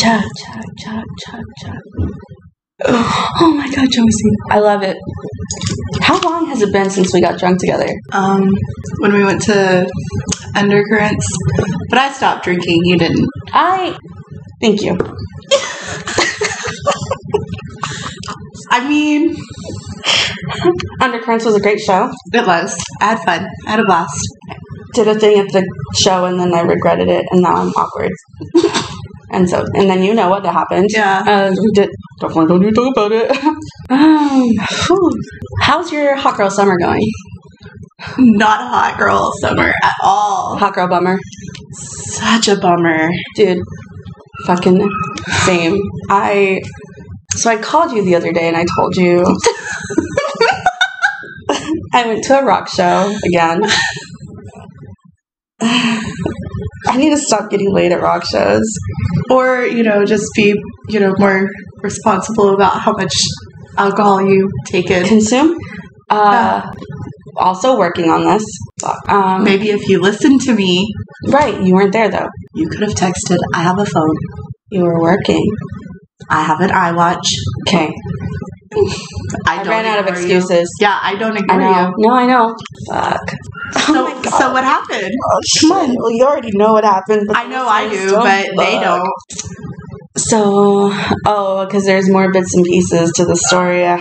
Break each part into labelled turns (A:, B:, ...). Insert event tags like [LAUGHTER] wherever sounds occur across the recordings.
A: Cha cha cha cha cha. Oh my god, Josie. I love it. How long has it been since we got drunk together?
B: um, when we went to Undercurrents. But I stopped drinking. You didn't.
A: I. Thank you.
B: I mean,
A: Undercurrents was a great show.
B: it was. I had fun. I had a blast.
A: Did a thing at the show and then I regretted it and now I'm awkward. [LAUGHS] and so, and then you know what that happened.
B: Yeah.
A: Uh, we did. Definitely don't need to talk about it. [LAUGHS] um, whew. how's your hot girl summer going?
B: Not a hot girl summer at all.
A: Hot girl bummer.
B: Such a bummer.
A: Dude, fucking same. I so I called you the other day and I told you [LAUGHS] I went to a rock show again. I need to stop getting late at rock shows.
B: Or, you know, just be, you know, more responsible about how much alcohol you take in.
A: Consume. Uh, also working on this. Um,
B: Maybe if you listened to me,
A: right, you weren't there though.
B: you could have texted, I have a phone.
A: You were working.
B: I have an iWatch.
A: Okay,
B: I,
A: I,
B: don't
A: ran out of
B: ignore you."
A: excuses.
B: Yeah, I don't
A: I
B: ignore
A: know. [LAUGHS] Oh
B: you.
A: No, I know. Fuck.
B: So, so what happened?
A: Come on. Oh, Well, you already know what happened. but
B: I know I do,
A: listeners don't,
B: but they
A: fuck.
B: don't.
A: So, oh, because there's more bits and pieces to the story uh,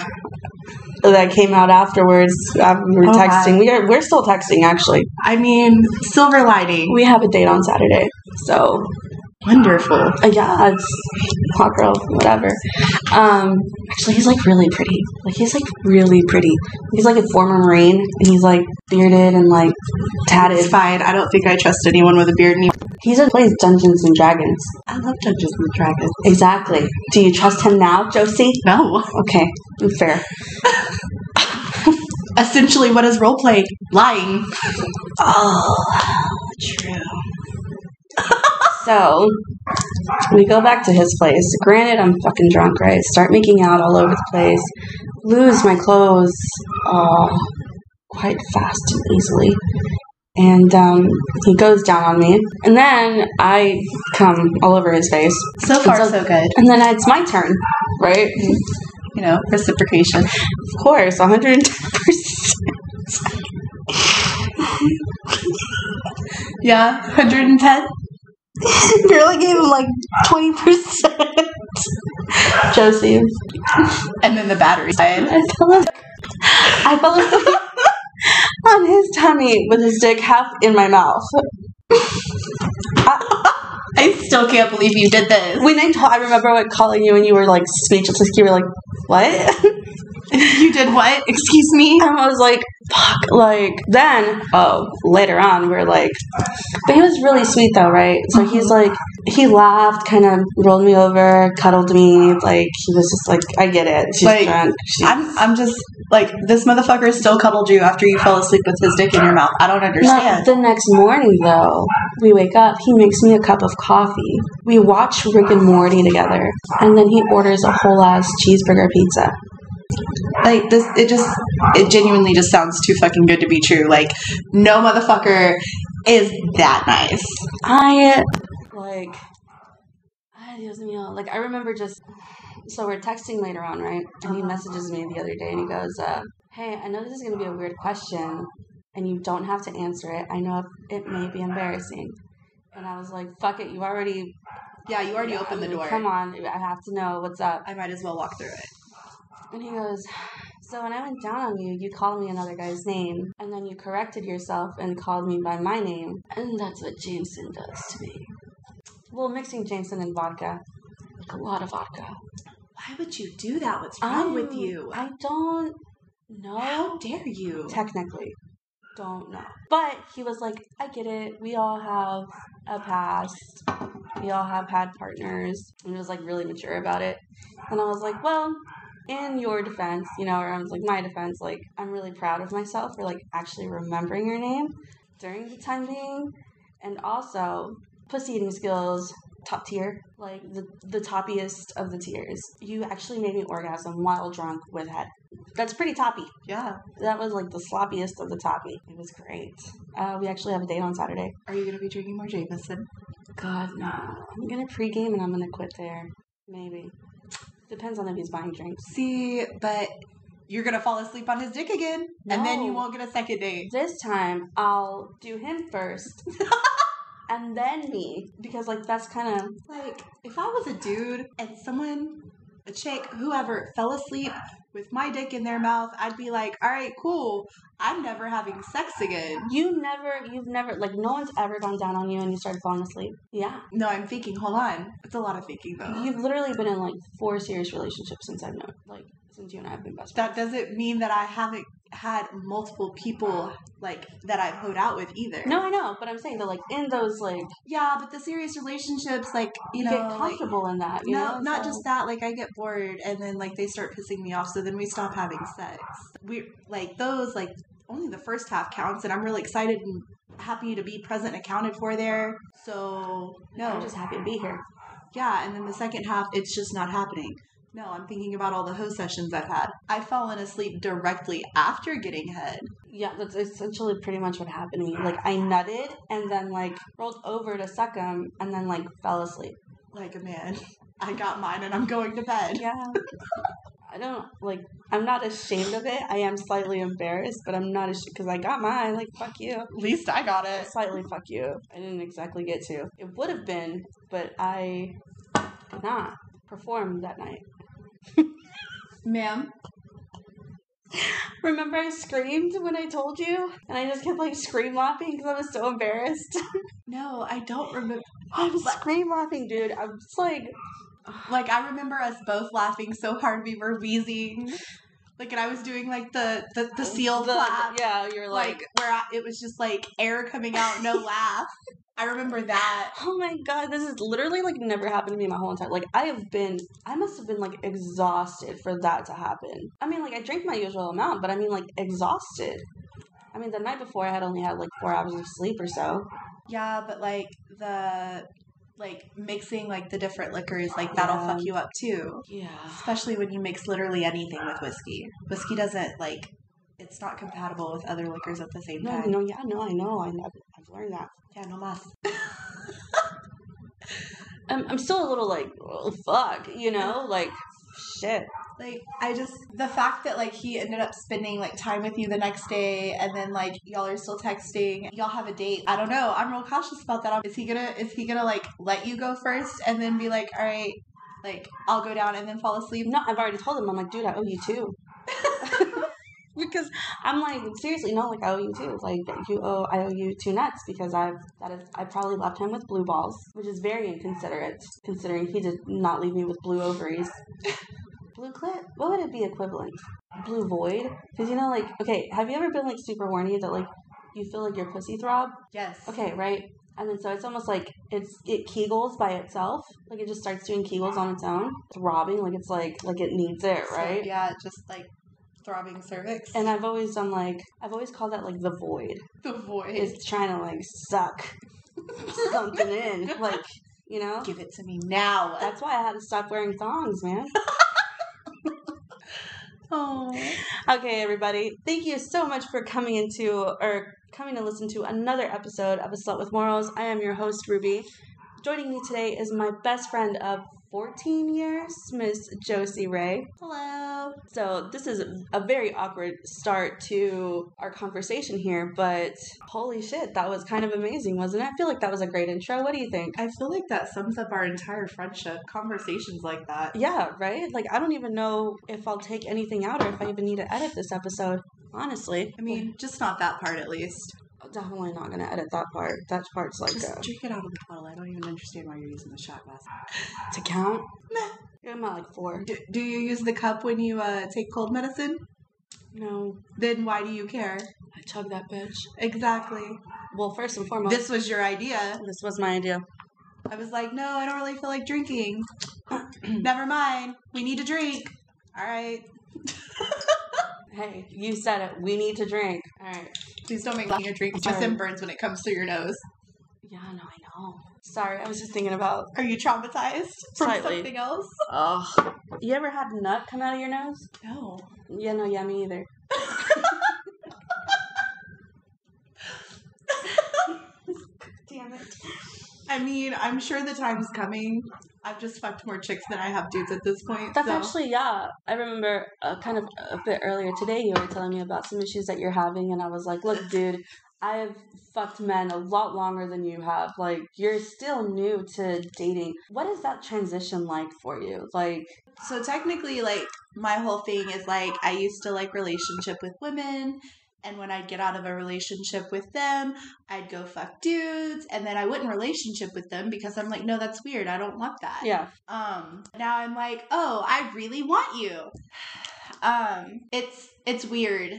A: that came out afterwards. Uh, we were
B: Oh, my.
A: texting. We are we're still texting actually.
B: I mean, silver lining.
A: We have a date on Saturday. So
B: Wonderful.
A: uh, yeah, it's hot girl, whatever. Um, actually, he's like really pretty. Like he's like really pretty. He's like a former marine, and he's like bearded and like
B: It's
A: tatted.
B: fine. I don't think I trust anyone with a beard anymore.
A: He's in plays Dungeons and Dragons.
B: I love Dungeons and Dragons.
A: Exactly. Do you trust him now, Josie?
B: No. [LAUGHS]
A: Okay, fair.
B: Essentially, what is role play? Lying.
A: Oh, true. so we go back to his place. Granted, I'm fucking drunk, right? Start making out all over the place. Lose my clothes uh, quite fast and easily. And um, he goes down on me. And then I come all over his face.
B: So far, so good.
A: And then it's my turn, right?
B: You know, reciprocation.
A: Of course, 110%. [LAUGHS]
B: Yeah, 110.
A: Barely gave him like [LAUGHS] 20%. Josie,
B: And then the battery side.
A: I fell as- I fell asleep on [LAUGHS] his tummy with his dick half in my mouth.
B: I still can't believe you did this. [LAUGHS]
A: When I told, I remember like calling you and you were like speechless. Like you were like, "What?" [LAUGHS]
B: You did what? Excuse me?
A: And I was like, "Fuck!" Like then, oh, later on, we are like, but he was really sweet though, right? So he's like, he laughed, kind of rolled me over, cuddled me. Like he was just like, "I get it. She's
B: Like,
A: drunk. She,
B: I'm, I'm just like, this motherfucker still cuddled you after you fell asleep with his dick in your mouth. I don't
A: Now,
B: understand.
A: the next morning, though, we wake up. He makes me a cup of coffee. We watch Rick and Morty together, and then he orders a whole ass cheeseburger pizza.
B: Like this, it just, it genuinely just sounds too fucking good to be true. Like, no motherfucker is that nice.
A: I like, ay, Dios mío. Like I remember just. So we're texting later on, right? And he messages me the other day, and he goes, uh, "Hey, I know this is gonna be a weird question, and you don't have to answer it. I know it may be embarrassing." And I was like, "Fuck it, you already
B: Yeah, you already
A: yeah,
B: opened the
A: I mean,
B: door.
A: Come on, I have to know what's up."
B: I might as well walk through it.
A: And he goes, So when I went down on you, you called me another guy's name, and then you corrected yourself and called me by my name. And that's what Jameson does to me. Well, mixing Jameson and vodka. Like a lot of vodka.
B: Why would you do that? What's
A: I'm-
B: Oh.
A: I don't know.
B: dare you?
A: Technically. Don't know. But he was like, I get it. We all have a past. We all have had partners. And he was like really mature about it. And I was like, well, in your defense, you know, or I was like, my defense, like, I'm really proud of myself for like actually remembering your name during the time being. And also, pussy eating skills, top tier, like the, the toppiest of the tiers. You actually made me orgasm while drunk with head. That's pretty toppy.
B: Yeah.
A: That was like the sloppiest of the toppy. It was great. Uh, we actually have a date on Saturday.
B: Are you gonna be drinking more Jameson?
A: God, no. I'm gonna pregame and I'm gonna quit there. Maybe. Depends on if he's buying drinks.
B: See, but you're gonna fall asleep on his dick again, and then you
A: No.
B: won't get a second date.
A: This time I'll do him first. [LAUGHS] and then me. Because like that's kinda
B: Like, if I was a dude and someone, a chick, whoever, fell asleep with my dick in their mouth, I'd be like, all right, cool. I'm never having sex again.
A: you never you've never like no one's ever gone down on you and you started falling asleep. Yeah.
B: No, I'm thinking. Hold on. It's a lot of thinking, though.
A: You've literally been in like four serious relationships since I've known like since you and I have been best friends.
B: That doesn't mean that I haven't had multiple people like that I've hoed out with either.
A: No, I know, but I'm saying that like in those like
B: Yeah, but the serious relationships, like you
A: you,
B: know,
A: get
B: like-
A: comfortable in that, you
B: no,
A: know?
B: not
A: So-
B: just that. Like I get bored, and then like they start pissing me off, so then we stop having sex. We like those like only the first half counts, and I'm really excited and happy to be present and accounted for there. So no,
A: I'm just happy to be here.
B: yeah, and then the second half, it's just not happening. No, I'm thinking about all the hoe sessions I've had. I've fallen asleep directly after getting head.
A: Yeah, that's essentially pretty much what happened to me. Like I nutted and then like rolled over to suck him and then like fell asleep.
B: Like a man, [LAUGHS] I got mine and I'm going to bed.
A: Yeah. I don't like. I'm not ashamed of it. I am slightly embarrassed, but I'm not ashamed because I got mine. Like fuck you.
B: At least I got it.
A: Slightly fuck you. I didn't exactly get to. It would have been, but I did not perform that night.
B: Ma'am,
A: Remember, I screamed when I told you, and I just kept like scream laughing because I was so embarrassed. [LAUGHS]
B: no, I don't remember.
A: I'm scream laughing, dude. I'm just like
B: Like I remember us both laughing so hard we were wheezing. Like and I was doing like the the, the seal
A: Oh, The-
B: clap,
A: Yeah, you're
B: like, where I, it was just like air coming out, no laugh. I remember that.
A: Oh my god, this is literally like never happened to me my whole entire like I have been I must have been like exhausted for that to happen. I mean like I drink my usual amount, but I mean like exhausted. I mean the night before I had only had like four hours of sleep or so.
B: Yeah, but like the like mixing like the different liquors, like that'll
A: Yeah.
B: fuck you up too.
A: Yeah.
B: Especially when you mix literally anything with whiskey. Whiskey doesn't like it's not compatible with other liquors at the same
A: No,
B: time.
A: no, yeah, no, I know, I know I've learned that.
B: Yeah, no mas.
A: I'm I'm still a little like oh, fuck, you know, like shit.
B: Like I just the fact that like he ended up spending like time with you the next day and then like y'all are still texting, y'all have a date. I don't know. I'm real cautious about that. Is he gonna is he gonna like let you go first and then be like, all right, like I'll go down and then fall asleep?
A: No, I've already told him, I'm like, dude, I owe you two. [LAUGHS] because I'm like seriously, no, like I owe you too. Like you owe, I owe you two nuts because I've that is I probably left him with blue balls, which is very inconsiderate considering he did not leave me with blue ovaries. [LAUGHS] blue clit? What would it be equivalent? Blue void? Because you know, like okay, have you ever been like super horny that like you feel like your pussy throb?
B: Yes.
A: Okay, right. And then so it's almost like it's it kegels by itself, like it just starts doing kegels on its own, throbbing like it's like like it needs it,
B: So,
A: right?
B: yeah, just like throbbing cervix.
A: And I've always done like I've always called that like the void.
B: [LAUGHS] the voice.
A: It's trying to like suck [LAUGHS] something in, like you know.
B: Give it to me now. [LAUGHS]
A: That's why I had to stop wearing thongs, man.
B: oh.
A: Okay, everybody, thank you so much for coming into or coming to listen to another episode of A Slut with Morals. I am your host Ruby. Joining me today is my best friend of 14 years, Miss Josie Ray.
B: Hello.
A: So this is a very awkward start to our conversation here, but holy shit, that was kind of amazing, wasn't it? I feel like that was a great intro. What do you think?
B: I feel like that sums up our entire friendship. Conversations like that.
A: Yeah, right? Like I don't even know if I'll take anything out or if I even need to edit this episode. Honestly,
B: I mean, just not that part at least.
A: I'm definitely not gonna edit that part. That part's like
B: Just
A: uh,
B: drink it out of the bottle. I don't even understand why you're using the shot glass.
A: to count.
B: Meh.
A: You're about like four.
B: Do, do you use the cup when you uh, take cold medicine?
A: No,
B: Then why do you care?
A: I chug that bitch.
B: Exactly.
A: Well, first and foremost,
B: This was your idea.
A: this was my idea.
B: I was like, no, I don't really feel like drinking. [CLEARS THROAT] Never mind. We need to drink. All right.
A: Hey, you said it. We need to drink. All right.
B: Please don't make me a drink. My
A: Sorry.
B: sim burns when it comes through your nose.
A: Yeah, no, I know. Sorry, I was just thinking about
B: Are you traumatized from
A: Slightly.
B: something else?
A: Ugh. You ever had nut come out of your nose?
B: No.
A: Yeah, no, yeah, me either. Damn it.
B: I mean, I'm sure the time's coming. I've just fucked more chicks than I have dudes at this point.
A: That's
B: so.
A: actually, yeah. I remember uh, kind of a bit earlier today, you were telling me about some issues that you're having, and I was like, look, dude, I have fucked men a lot longer than you have. Like, you're still new to dating. What is that transition like for you? Like,
B: so technically like my whole thing is like I used to like relationship with women and when I'd get out of a relationship with them, I'd go fuck dudes and then I wouldn't relationship with them because I'm like no that's weird. I don't want that.
A: yeah,
B: Um now I'm like, "Oh, I really want you." Um it's it's weird.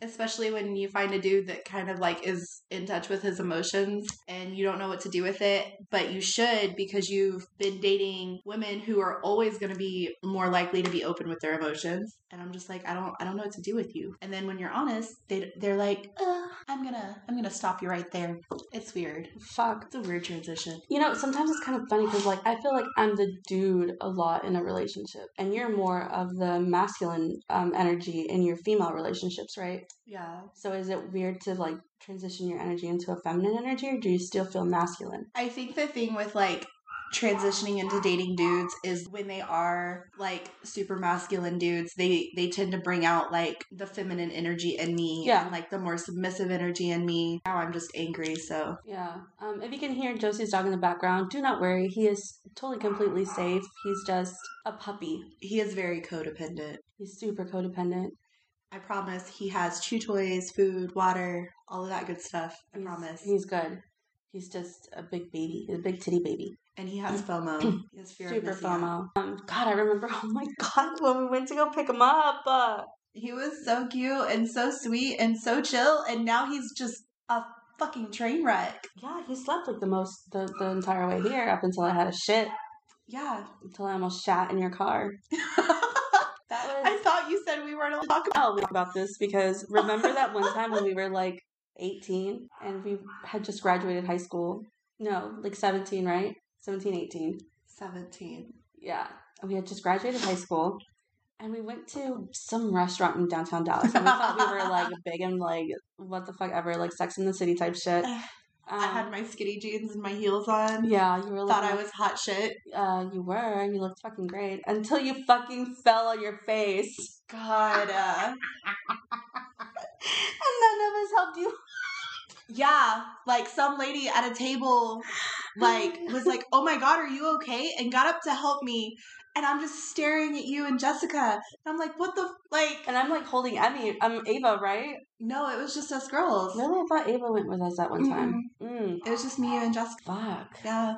B: Especially when you find a dude that kind of like is in touch with his emotions and you don't know what to do with it, but you should because you've been dating women who are always going to be more likely to be open with their emotions. And I'm just like, I don't, I don't know what to do with you. And then when you're honest, they they're like, uh, I'm gonna, I'm gonna stop you right there. It's weird.
A: fuck.
B: It's a weird transition.
A: You know, sometimes it's kind of funny because, like, I feel like I'm the dude a lot in a relationship, and you're more of the masculine um, energy in your female relationships, right?
B: Yeah.
A: So is it weird to like transition your energy into a feminine energy or do you still feel masculine?
B: I think the thing with like transitioning into dating dudes is when they are like super masculine dudes, they they tend to bring out like the feminine energy in me
A: Yeah.
B: and like the more submissive energy in me. Now I'm just angry, so
A: Yeah. Um, if you can hear Josie's dog in the background, do not worry. He is totally completely safe. He's just a puppy.
B: he is very codependent.
A: He's super codependent.
B: I promise he has chew toys, food, water, all of that good stuff. I
A: He's-
B: promise.
A: He's good. He's just a big baby. He's a big titty baby.
B: And he has FOMO.
A: [CLEARS THROAT]
B: He has fear of
A: super
B: missing out.
A: FOMO. Um, God, I remember. [LAUGHS] Oh my God, when we went to go pick him up. Uh,
B: He was so cute and so sweet and so chill and now he's just a fucking train wreck.
A: yeah, he slept like the most the, the entire way here up until I had a shit
B: Yeah.
A: until I almost shat in your car.
B: [LAUGHS]
A: That was
B: I thought you said we weren't allowed to talk about.
A: I'll talk about this because remember that one time when we were like 18 and we had just graduated high school? No, like 17, right? 17, 18.
B: Seventeen.
A: Yeah. And we had just graduated high school and we went to some restaurant in downtown Dallas and we thought we were
B: [LAUGHS]
A: like big and like what the fuck ever, like sex in the city type shit. Um,
B: I had my skinny jeans and my heels on.
A: yeah, you were
B: Thought
A: looking,
B: I was hot shit.
A: uh, you were, you looked fucking great until you fucking fell on your face. [LAUGHS]
B: God. Uh,
A: And none of us helped you.
B: yeah. Like some lady at a table,
A: [LAUGHS]
B: like was like, "Oh my God, are you okay?" And got up to help me, and I'm just staring at you and Jessica, and I'm like, "What the f-? like?"
A: And I'm like holding Emmy, um, Ava, right?
B: No, it was just us girls.
A: Really, I thought Ava went with us that one time. Mm,
B: It was just me, you, and Jessica.
A: fuck.
B: Yeah.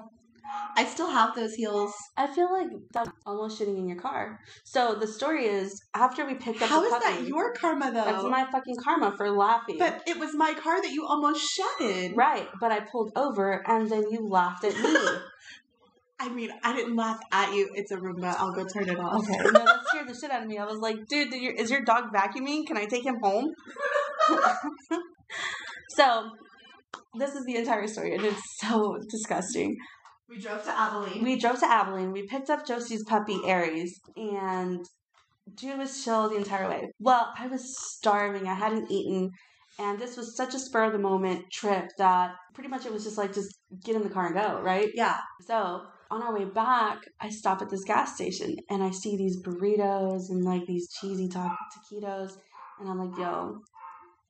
B: I still have those heels.
A: I feel like that's almost shitting in your car. So the story is after we picked up
B: How
A: the
B: is
A: puppy,
B: that your karma though?
A: that's my fucking karma for laughing.
B: but it was my car that you almost shot in.
A: right, but I pulled over and then you laughed at
B: [LAUGHS]
A: me.
B: I mean, I didn't laugh at you. It's a Roomba. I'll go turn it off.
A: okay,
B: [LAUGHS]
A: no, that scared the shit out of me. I was like, dude, did your, is your dog vacuuming? Can I take him home? [LAUGHS] so this is the entire story, and it's so disgusting.
B: We drove to Abilene.
A: we drove to Abilene. We picked up Josie's puppy Aries, and dude was chill the entire way. Well, I was starving. I hadn't eaten, and this was such a spur of the moment trip that pretty much it was just like just get in the car and go, right?
B: yeah.
A: So on our way back, I stop at this gas station and I see these burritos and like these cheesy ta- taquitos, and I'm like, yo,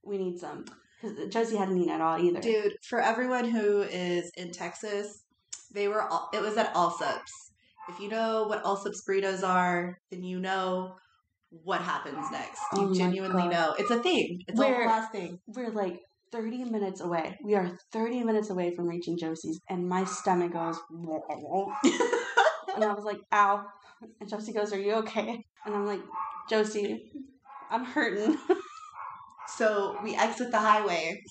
A: we need some. 'Cause Josie hadn't eaten at all either.
B: Dude, for everyone who is in Texas, they were all, it was at Allsup's. If you know what Allsup's burritos are, then you know what happens next. You
A: Oh my
B: genuinely
A: God.
B: know. It's a thing. It's a
A: Where-
B: whole last thing. [LAUGHS]
A: we're like 30 minutes away. We are 30 minutes away from reaching Josie's, and my stomach goes, [LAUGHS] and I was like, ow. And Josie goes, Are you okay? And I'm like, Josie, I'm hurting.
B: So we exit the highway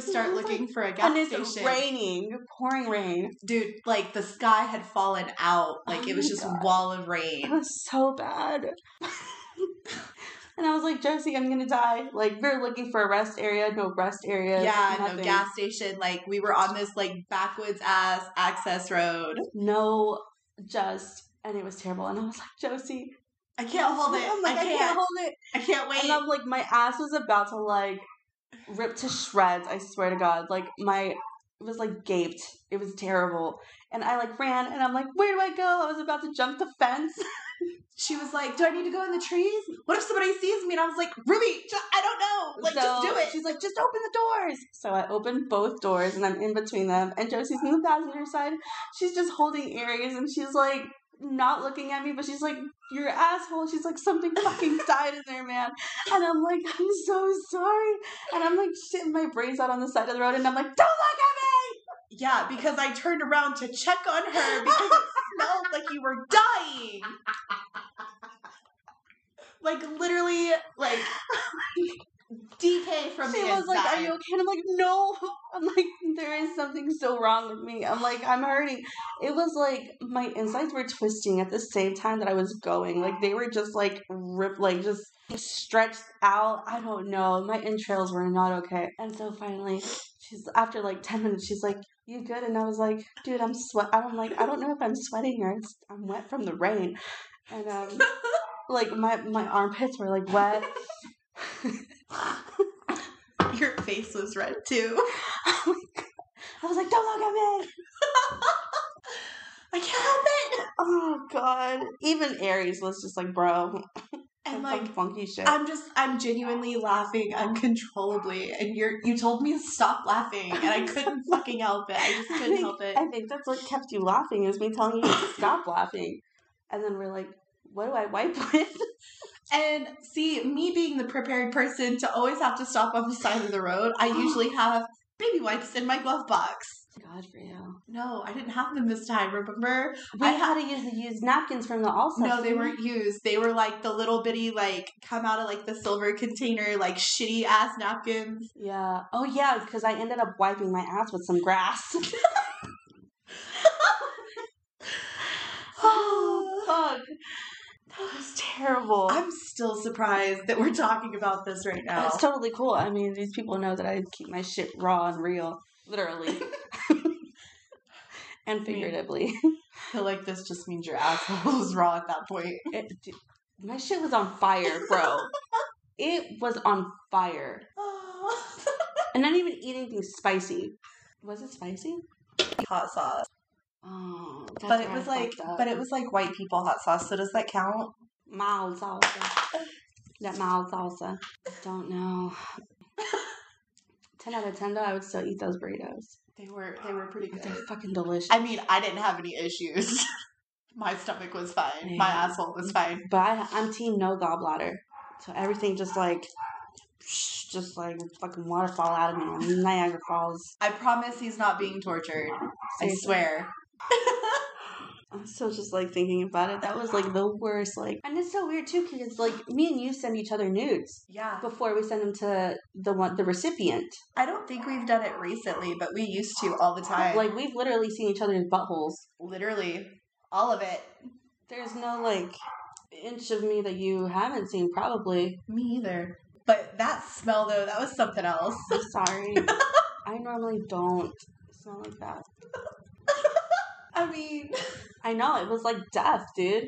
A: [LAUGHS]
B: start
A: It was
B: looking for a gas
A: and it's
B: station.
A: raining, pouring rain.
B: Dude, like the sky had fallen out. Like
A: Oh
B: it was
A: my
B: just
A: God.
B: a wall of
A: It
B: rain.
A: was so bad. [LAUGHS] and I was like, Josie, I'm gonna die. Like, we're looking for a rest area, no rest area.
B: yeah, no
A: nothing.
B: gas station. Like we were on this like backwoods ass access road.
A: No, just, and it was terrible. And I was like, Josie,
B: I can't hold it.
A: [LAUGHS] I'm like,
B: I
A: I can't
B: can't.
A: hold it.
B: I can't wait.
A: And I'm like, my ass was about to like rip to shreds. I swear to God, like my was like gaped. It was terrible. And I like ran and I'm like, where do I go? I was about to jump the fence.
B: She was like, "Do I need to go in the trees? What if somebody sees me?" And I was like, "Ruby, just, I don't know. Like, just
A: So
B: do it."
A: She's like, just open the doors. So I open both doors and I'm in between them. And Josie's in the passenger side. She's just holding earrings and she's like, not looking at me, but she's like, you're an asshole. She's like, something fucking died in there, man. And I'm like, I'm so sorry. And I'm like, shitting my brains out on the side of the road. And I'm like, don't look at
B: Yeah, because I turned around to check on
A: [LAUGHS]
B: her because it smelled like you were dying. Like literally, like [LAUGHS] decay from
A: me. She
B: the
A: was like, are
B: inside.
A: you okay? And I'm like, no. [LAUGHS] I'm like, there is something so wrong with me. I'm like, I'm hurting. It was like my insides were twisting at the same time that I was going. Like they were just like ripped, like just stretched out. I don't know. My entrails were not okay. And so finally, she's after like ten minutes, she's like, "You good?" And I was like, "Dude, I'm sweat." I'm like, I don't know if I'm sweating or it's, I'm wet from the rain. And um, like my my armpits were like wet. [LAUGHS]
B: [LAUGHS] Your face was red too.
A: Oh I was like, "Don't look at me."
B: [LAUGHS] I can't help it.
A: Oh god. Even Aries was just like, "Bro,
B: And
A: that's
B: like,
A: some funky shit."
B: I'm just, I'm genuinely laughing uncontrollably, and you're, you told me to stop laughing, and I couldn't fucking help it. I just
A: I
B: couldn't
A: think-
B: help it.
A: I think that's what kept you laughing is me telling you [LAUGHS] to stop laughing. And then we're like, what do I wipe [LAUGHS] with?
B: And see, me being the prepared person to always have to stop on the side of the road, I usually have baby wipes in my glove box.
A: God for you.
B: No, I didn't have them this time, remember?
A: We
B: I-
A: had to use the used napkins from the Allsup's.
B: No, they
A: didn't
B: weren't used. They were like the little bitty, like, come out of like the silver container, like shitty ass
A: [GASPS]
B: napkins. [SIGHS]
A: we? Yeah. Oh yeah, because I ended up wiping my ass with some grass. [LAUGHS] oh fuck. That was terrible.
B: I'm still surprised that we're talking about this right now.
A: That's totally cool. I mean, these people know that I keep my shit raw and real, literally. [LAUGHS] and figuratively.
B: I feel like this just means your asshole was raw at that point.
A: It, dude, my shit was on fire, bro. it was on fire. And not even eating anything spicy. Was it spicy?
B: [SIGHS] Hot sauce.
A: Oh, that's
B: but it
A: where I
B: was like,
A: fucked up.
B: but it was like white people hot sauce. So does that count?
A: mild salsa. That mild salsa. Don't know. ten out of ten though, I would still eat those burritos.
B: They were they were pretty
A: They're fucking delicious.
B: I mean, I didn't have any issues. [LAUGHS] My stomach was fine. My
A: Yeah.
B: asshole was fine.
A: But I, I'm team no gallbladder. So everything just like, just like fucking waterfall out of me. I'm Niagara Falls.
B: I promise he's not being tortured. I
A: Seriously.
B: swear.
A: I'm still just like thinking about it. That was like the worst. Like, and it's so weird too because it's like me and you send each other nudes
B: Yeah.
A: before we send them to the one the recipient.
B: I don't think we've done it recently, but we used to all the time. Like
A: Like we've literally seen each other's buttholes.
B: literally all of it.
A: There's no like inch of me that you haven't seen probably.
B: Me either. But that smell though, that was something else.
A: I'm sorry. I normally don't smell like that.
B: I mean,
A: I know it was like death, dude.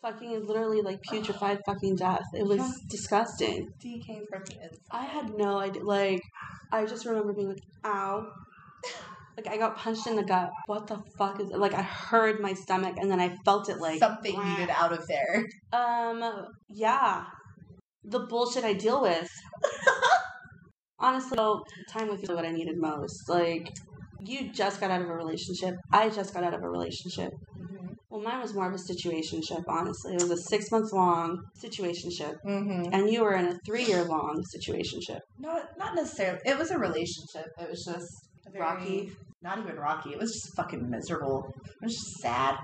A: Fucking literally like putrefied fucking death. It was
B: Yeah.
A: disgusting.
B: DK from the inside.
A: I had no idea. Like, I just remember being like, "Ow!" Like I got punched in the gut. What the fuck is? Like I heard my stomach, and then I felt it like
B: something
A: wah.
B: needed out of there.
A: Um, yeah, the bullshit I deal with. Honestly, though, time with you is what I needed most. Like, you just got out of a relationship. I just got out of a relationship. Well, mine was more of a situationship. Honestly, it was a six month long situationship,
B: Mm-hmm.
A: and you were in a three year long situationship.
B: Not not necessarily. It was a relationship. It was just a very-
A: Rocky.
B: Not even rocky. It was just fucking miserable. It was just sad.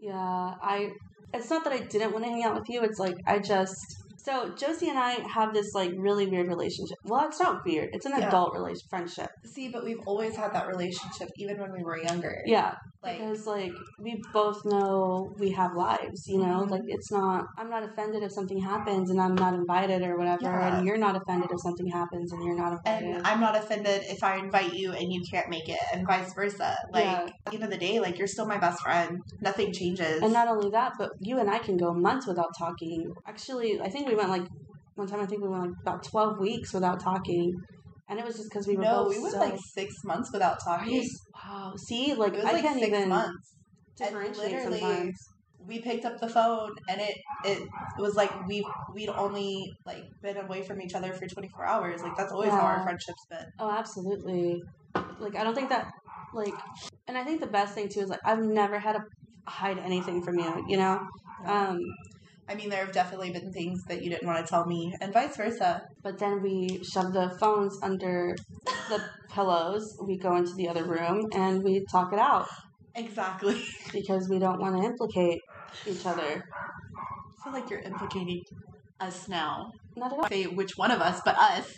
A: Yeah, I. It's not that I didn't want to hang out with you. It's like I just. So Josie and I have this like really weird relationship. Well, it's not weird. It's an
B: Yeah.
A: adult relation friendship.
B: See, but we've always had that relationship, even when we were younger.
A: Yeah,
B: Like,
A: because like we both know we have lives. You know,
B: Mhm.
A: like it's not. I'm not offended if something happens and I'm not invited or whatever,
B: Yeah.
A: and you're not offended if something happens and you're not invited.
B: and I'm not offended if I invite you and you can't make it, and vice versa. Like,
A: Yeah.
B: at the end of the day, like you're still my best friend. Nothing changes.
A: And not only that, but you and I can go months without talking. Actually, I think we went like one time. I think we went like about twelve weeks without talking, And it was just because we were
B: no,
A: both
B: we went
A: so-
B: like six months without talking.
A: Right? Wow. See, like
B: It was
A: I
B: like
A: can't
B: six
A: even
B: months. And
A: differentiate
B: literally-
A: sometimes.
B: We picked up the phone, and it it, it was like we we'd only like been away from each other for twenty four hours. Like that's always how our
A: Wow.
B: friendships been.
A: Oh, absolutely. Like I don't think that like and I think the best thing too is like I've never had to hide anything from you, you know? Um
B: I mean, there have definitely been things that you didn't want to tell me, and vice versa.
A: but then we shove the phones under the pillows. We go into the other room and we talk it out
B: Exactly. [LAUGHS]
A: because we don't want to implicate each other.
B: I feel like you're implicating us now.
A: Not at all.
B: Say which one of us, but us.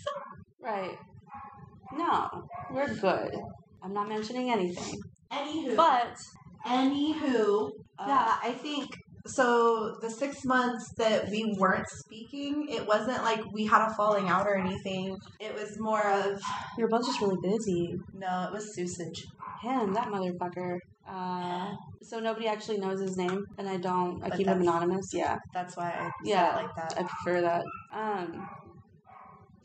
A: Right. No, we're good. I'm not mentioning anything.
B: Anywho,
A: But uh,
B: Anywho,
A: Yeah.
B: yeah, I think so. The six months that we weren't speaking, it wasn't like we had a falling out or anything. It was more of
A: we were both just really busy.
B: no, it was Susage.
A: Him, that motherfucker. Uh, so nobody actually knows his name, and I don't. I
B: But
A: keep him
B: that's-
A: anonymous. Yeah,
B: That's why I said
A: Yeah.
B: it like that.
A: I prefer that. Um,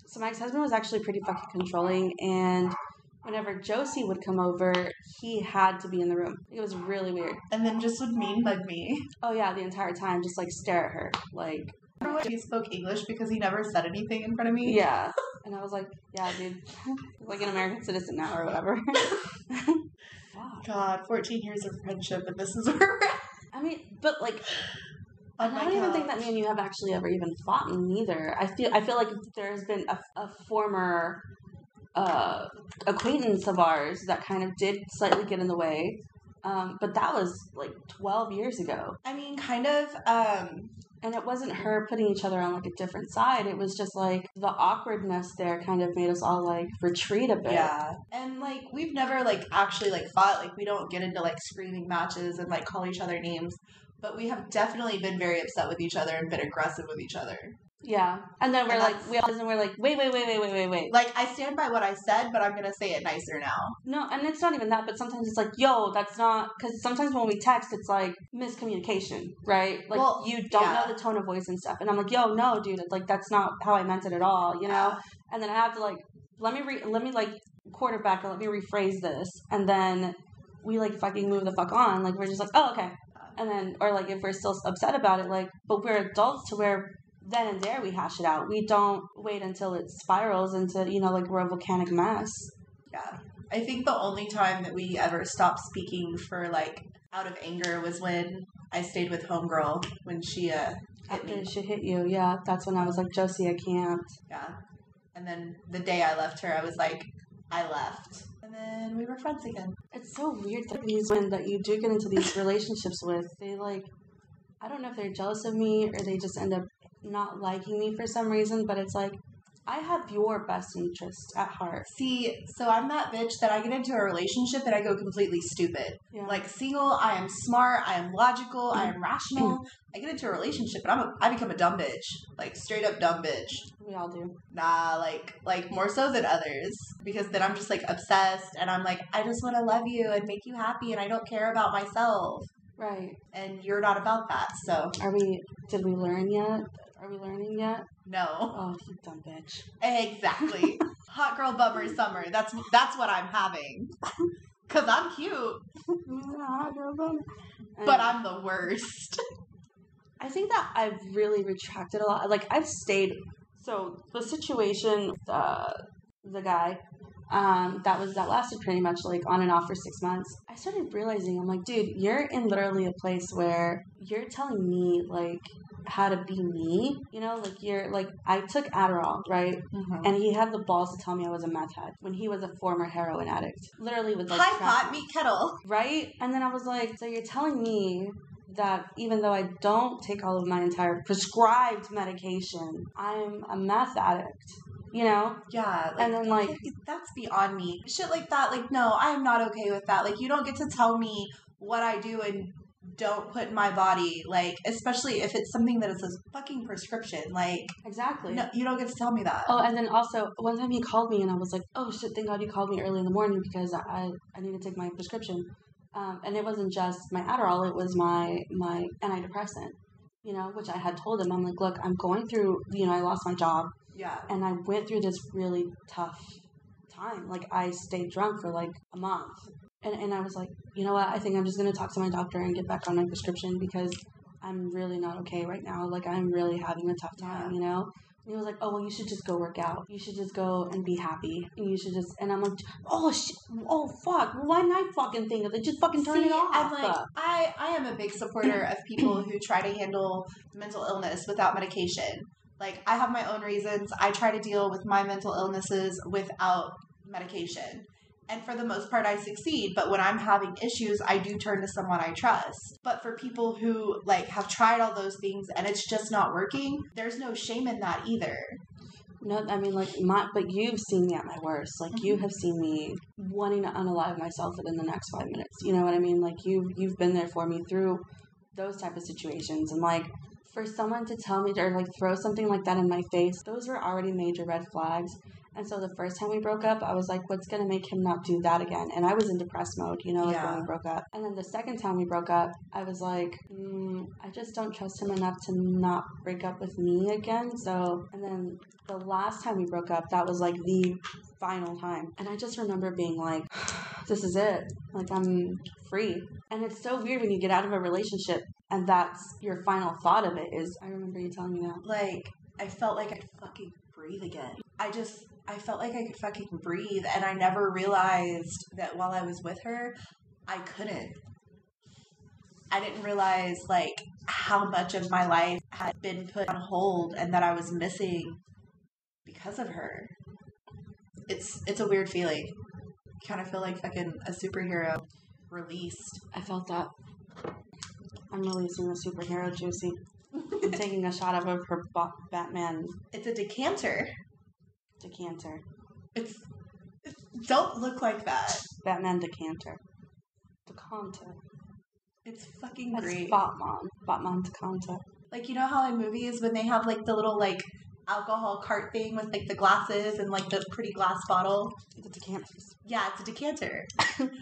A: so my ex-husband was actually pretty fucking controlling, and whenever Josie would come over, he had to be in the room. It was really weird.
B: And then just would mean mug me. [LAUGHS]
A: Oh yeah, the entire time, just like stare at her, like
B: Remember when He spoke English because he never said anything in front of me.
A: yeah. And I was like, yeah, dude, [LAUGHS] like an American citizen now or whatever. [LAUGHS] wow.
B: God, fourteen years of friendship, and this is [LAUGHS] where we're at.
A: I mean, but like
B: Oh
A: And I
B: my
A: don't even think
B: God.
A: that me and you have actually ever even fought neither. I feel I feel like there's been a, a former uh, acquaintance of ours that kind of did slightly get in the way, um, but that was like 12 years ago,
B: I mean, kind of. Um,
A: and it wasn't her putting each other on like a different side. It was just like the awkwardness there kind of made us all like retreat a bit.
B: Yeah. And like we've never like actually like fought. Like we don't get into like screaming matches and like call each other names. But we have definitely been very upset with each other and been aggressive with each other.
A: Yeah. And then we're
B: And
A: like
B: that's-
A: we all and we're like wait wait wait wait wait wait wait.
B: Like I stand by what I said, but I'm gonna say it nicer now.
A: No, and it's not even that, but sometimes it's like, yo, that's not because sometimes when we text, it's like miscommunication, right? Like
B: Well,
A: you don't
B: yeah.
A: know the tone of voice and stuff, and I'm like, yo, no, dude, it's like that's not how I meant it at all, you know. And then I have to like, let me re- let me like quarterback and let me rephrase this, and then we like fucking move the fuck on. Like we're just like, oh okay, and then or like if we're still upset about it, like but we're adults to where then and there we hash it out. We don't wait until it spirals into you know like we're a volcanic mess.
B: Yeah. I think the only time that we ever stopped speaking for like out of anger was when I stayed with homegirl when she uh hit me.
A: After she hit you, yeah, that's when I was like, Josie, I can't.
B: Yeah. And then the day I left her, I was like, I left. And then we were friends again.
A: It's so weird that these women that you do get into these relationships with, they like, I don't know if they're jealous of me or they just end up not liking me for some reason, but it's like, I have your best interest at heart.
B: See, so I'm that bitch that I get into a relationship and I go completely stupid.
A: Yeah.
B: Like single, I am smart, I am logical, I am rational. I get into a relationship and I'm a, I become a dumb bitch, like straight up dumb bitch.
A: we all do.
B: Nah, like like more so than others because then I'm just like obsessed and I'm like I just want to love you and make you happy and I don't care about myself
A: Right.
B: and you're not about that. So
A: Are we, did we learn yet? Are we learning yet?
B: no, [LAUGHS]
A: Oh, you dumb [LAUGHS] bitch.
B: exactly. Hot girl bummer summer. That's that's what I'm having. [LAUGHS] Cause I'm cute,
A: Mm.
B: but I'm the worst.
A: I think that I've really retracted a lot. Like I've stayed. So the situation, uh, the guy, um, that was that lasted pretty much like on and off for six months. I started realizing I'm like, dude, you're in literally a place where you're telling me like how to be me. You know, like you're like I took Adderall, right? And he had the balls to tell me I was a meth head when he was a former heroin addict. Literally with like
B: Hi,
A: crack-
B: pot, meat kettle.
A: right? And then I was like, so you're telling me that even though I don't take all of my entire prescribed medication, I'm a meth addict, you know?
B: Yeah,
A: And then, like-
B: that's beyond me. Shit like that. Like, no, I am not okay with that. Like, you don't get to tell me what I do and don't put in my body. Like, especially if it's something that is a fucking prescription. Like,
A: Exactly.
B: no, you don't get to tell me that.
A: Oh, and then also one time he called me and I was like, "Oh shit! Thank God you called me early in the morning because I I need to take my prescription." Um, and it wasn't just my Adderall; it was my my antidepressant, you know, which I had told him. I'm like, "Look, I'm going through. You know, I lost my job.
B: Yeah,
A: and I went through this really tough time. Like I stayed drunk for like a month. And and I was like, you know what, I think I'm just gonna talk to my doctor and get back on my prescription because I'm really not okay right now. Like I'm really having a tough time, you know? And he was like, "Oh well, you should just go work out. You should just go and be happy. And you should just." And I'm like, "Oh shit! Oh fuck! Why didn't I fucking think of it? Just fucking turn
B: See,
A: it off."
B: I'm like, I, I am a big supporter of people who try to handle mental illness without medication. Like, I have my own reasons. I try to deal with my mental illnesses without medication. And for the most part, I succeed. But when I'm having issues, I do turn to someone I trust. But for people who, like, have tried all those things and it's just not working, there's no shame in that either.
A: No, I mean like my, but you've seen me at my worst. Like you have seen me wanting to unalive myself within the next five minutes. You know what I mean? Like you, you've been there for me through those type of situations, and like for someone to tell me or like throw something like that in my face, those were already major red flags. And so the first time we broke up, I was like, "What's gonna make him not do that again?" And I was in depressed mode, you know, like
B: Yeah.
A: when we broke up. And then the second time we broke up, I was like, mm, "I just don't trust him enough to not break up with me again." So, and then the last time we broke up, that was like the final time. And I just remember being like, [SIGHS] this is it. Like, I'm free. And it's so weird when you get out of a relationship and that's your final thought of it is, I remember you telling me that.
B: like I felt like I could fucking breathe again. I just I felt like I could fucking breathe and I never realized that while I was with her, I couldn't. I didn't realize like how much of my life had been put on hold and that I was missing because of her. It's it's a weird feeling. You kind of feel like fucking a superhero released.
A: I felt that. I'm releasing the superhero juicy. [LAUGHS] I'm taking a shot out of her Ba- Batman
B: It's a decanter.
A: decanter.
B: It's don't look like that.
A: Batman decanter. Decanter.
B: It's fucking
A: That's
B: great.
A: Batman. Batman decanter.
B: Like you know how in movies when they have like the little like alcohol cart thing with like the glasses and like the pretty glass bottle.
A: The decanters.
B: Yeah, it's a decanter.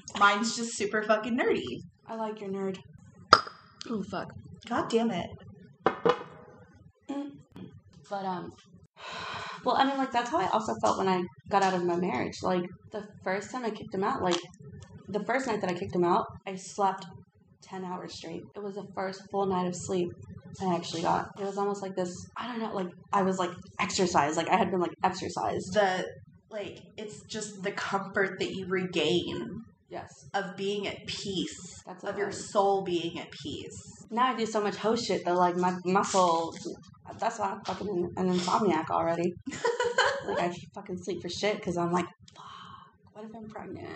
B: [LAUGHS] Mine's just super fucking nerdy.
A: I like your nerd. Oh, fuck.
B: God damn it.
A: But um well, I mean like that's how I also felt when I got out of my marriage. Like the first time I kicked him out, like the first night that I kicked him out, I slept 10 hours straight. It was the first full night of sleep I actually got. It was almost like this, I don't know, like I was like exercised, like I had been like exercised.
B: The like it's just the comfort that you regain
A: Yes.
B: of being at peace.
A: That's
B: of your
A: what I-
B: soul being at peace. [LAUGHS]
A: Now I do so much ho shit that like my muscle. That's why I'm fucking an insomniac already. like I fucking sleep for shit because I'm like, fuck. What if I'm pregnant?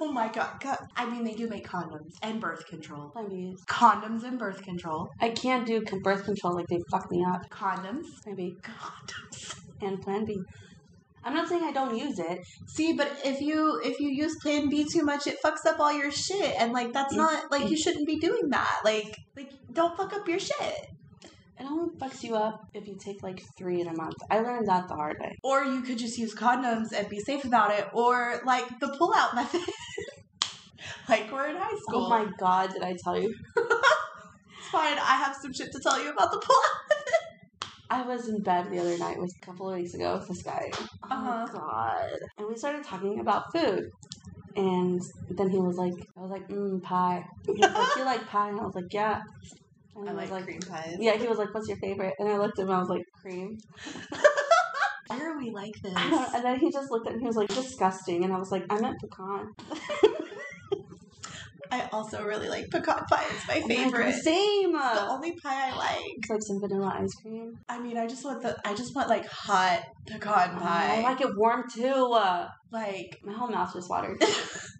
B: Oh my god. god. I mean they do make condoms and birth control.
A: Maybe
B: Condoms and birth control.
A: I can't do con- birth control like they fucked me up.
B: Condoms.
A: Maybe
B: Condoms.
A: and Plan B. I'm not saying I don't use it.
B: See, but if you if you use Plan B too much, it fucks up all your shit, and like that's not like you shouldn't be doing that. Like like don't fuck up your shit,
A: It only fucks you up if you take like three in a month. I learned that the hard way.
B: or you could just use condoms and be safe about it, or like the pull out method, [LAUGHS] like we're in high school.
A: Oh my god, did I tell you?
B: it's fine. I have some shit to tell you about the pull out.
A: I was in bed the other night with a couple of weeks ago with this guy. Oh
B: Uh-huh.
A: my god. And we started talking about food. And then he was like, I was like, mm, pie. He was like, you
B: [LAUGHS]
A: like pie? And I was like, yeah. And he was
B: cream pies.
A: yeah, he was like, what's your favorite? And I looked at him and I was like, cream.
B: Why are we like this?
A: [LAUGHS] I don't- And then he just looked at me and he was like, disgusting. And I was like, I meant pecan.
B: I also really like pecan pie. It's my
A: I'm like,
B: favorite.
A: Same.
B: It's the only pie I like.
A: It's like some vanilla ice cream.
B: I mean, I just want the I just want like hot pecan
A: Oh,
B: pie.
A: I like it warm too. Uh,
B: like
A: my whole mouth just watered.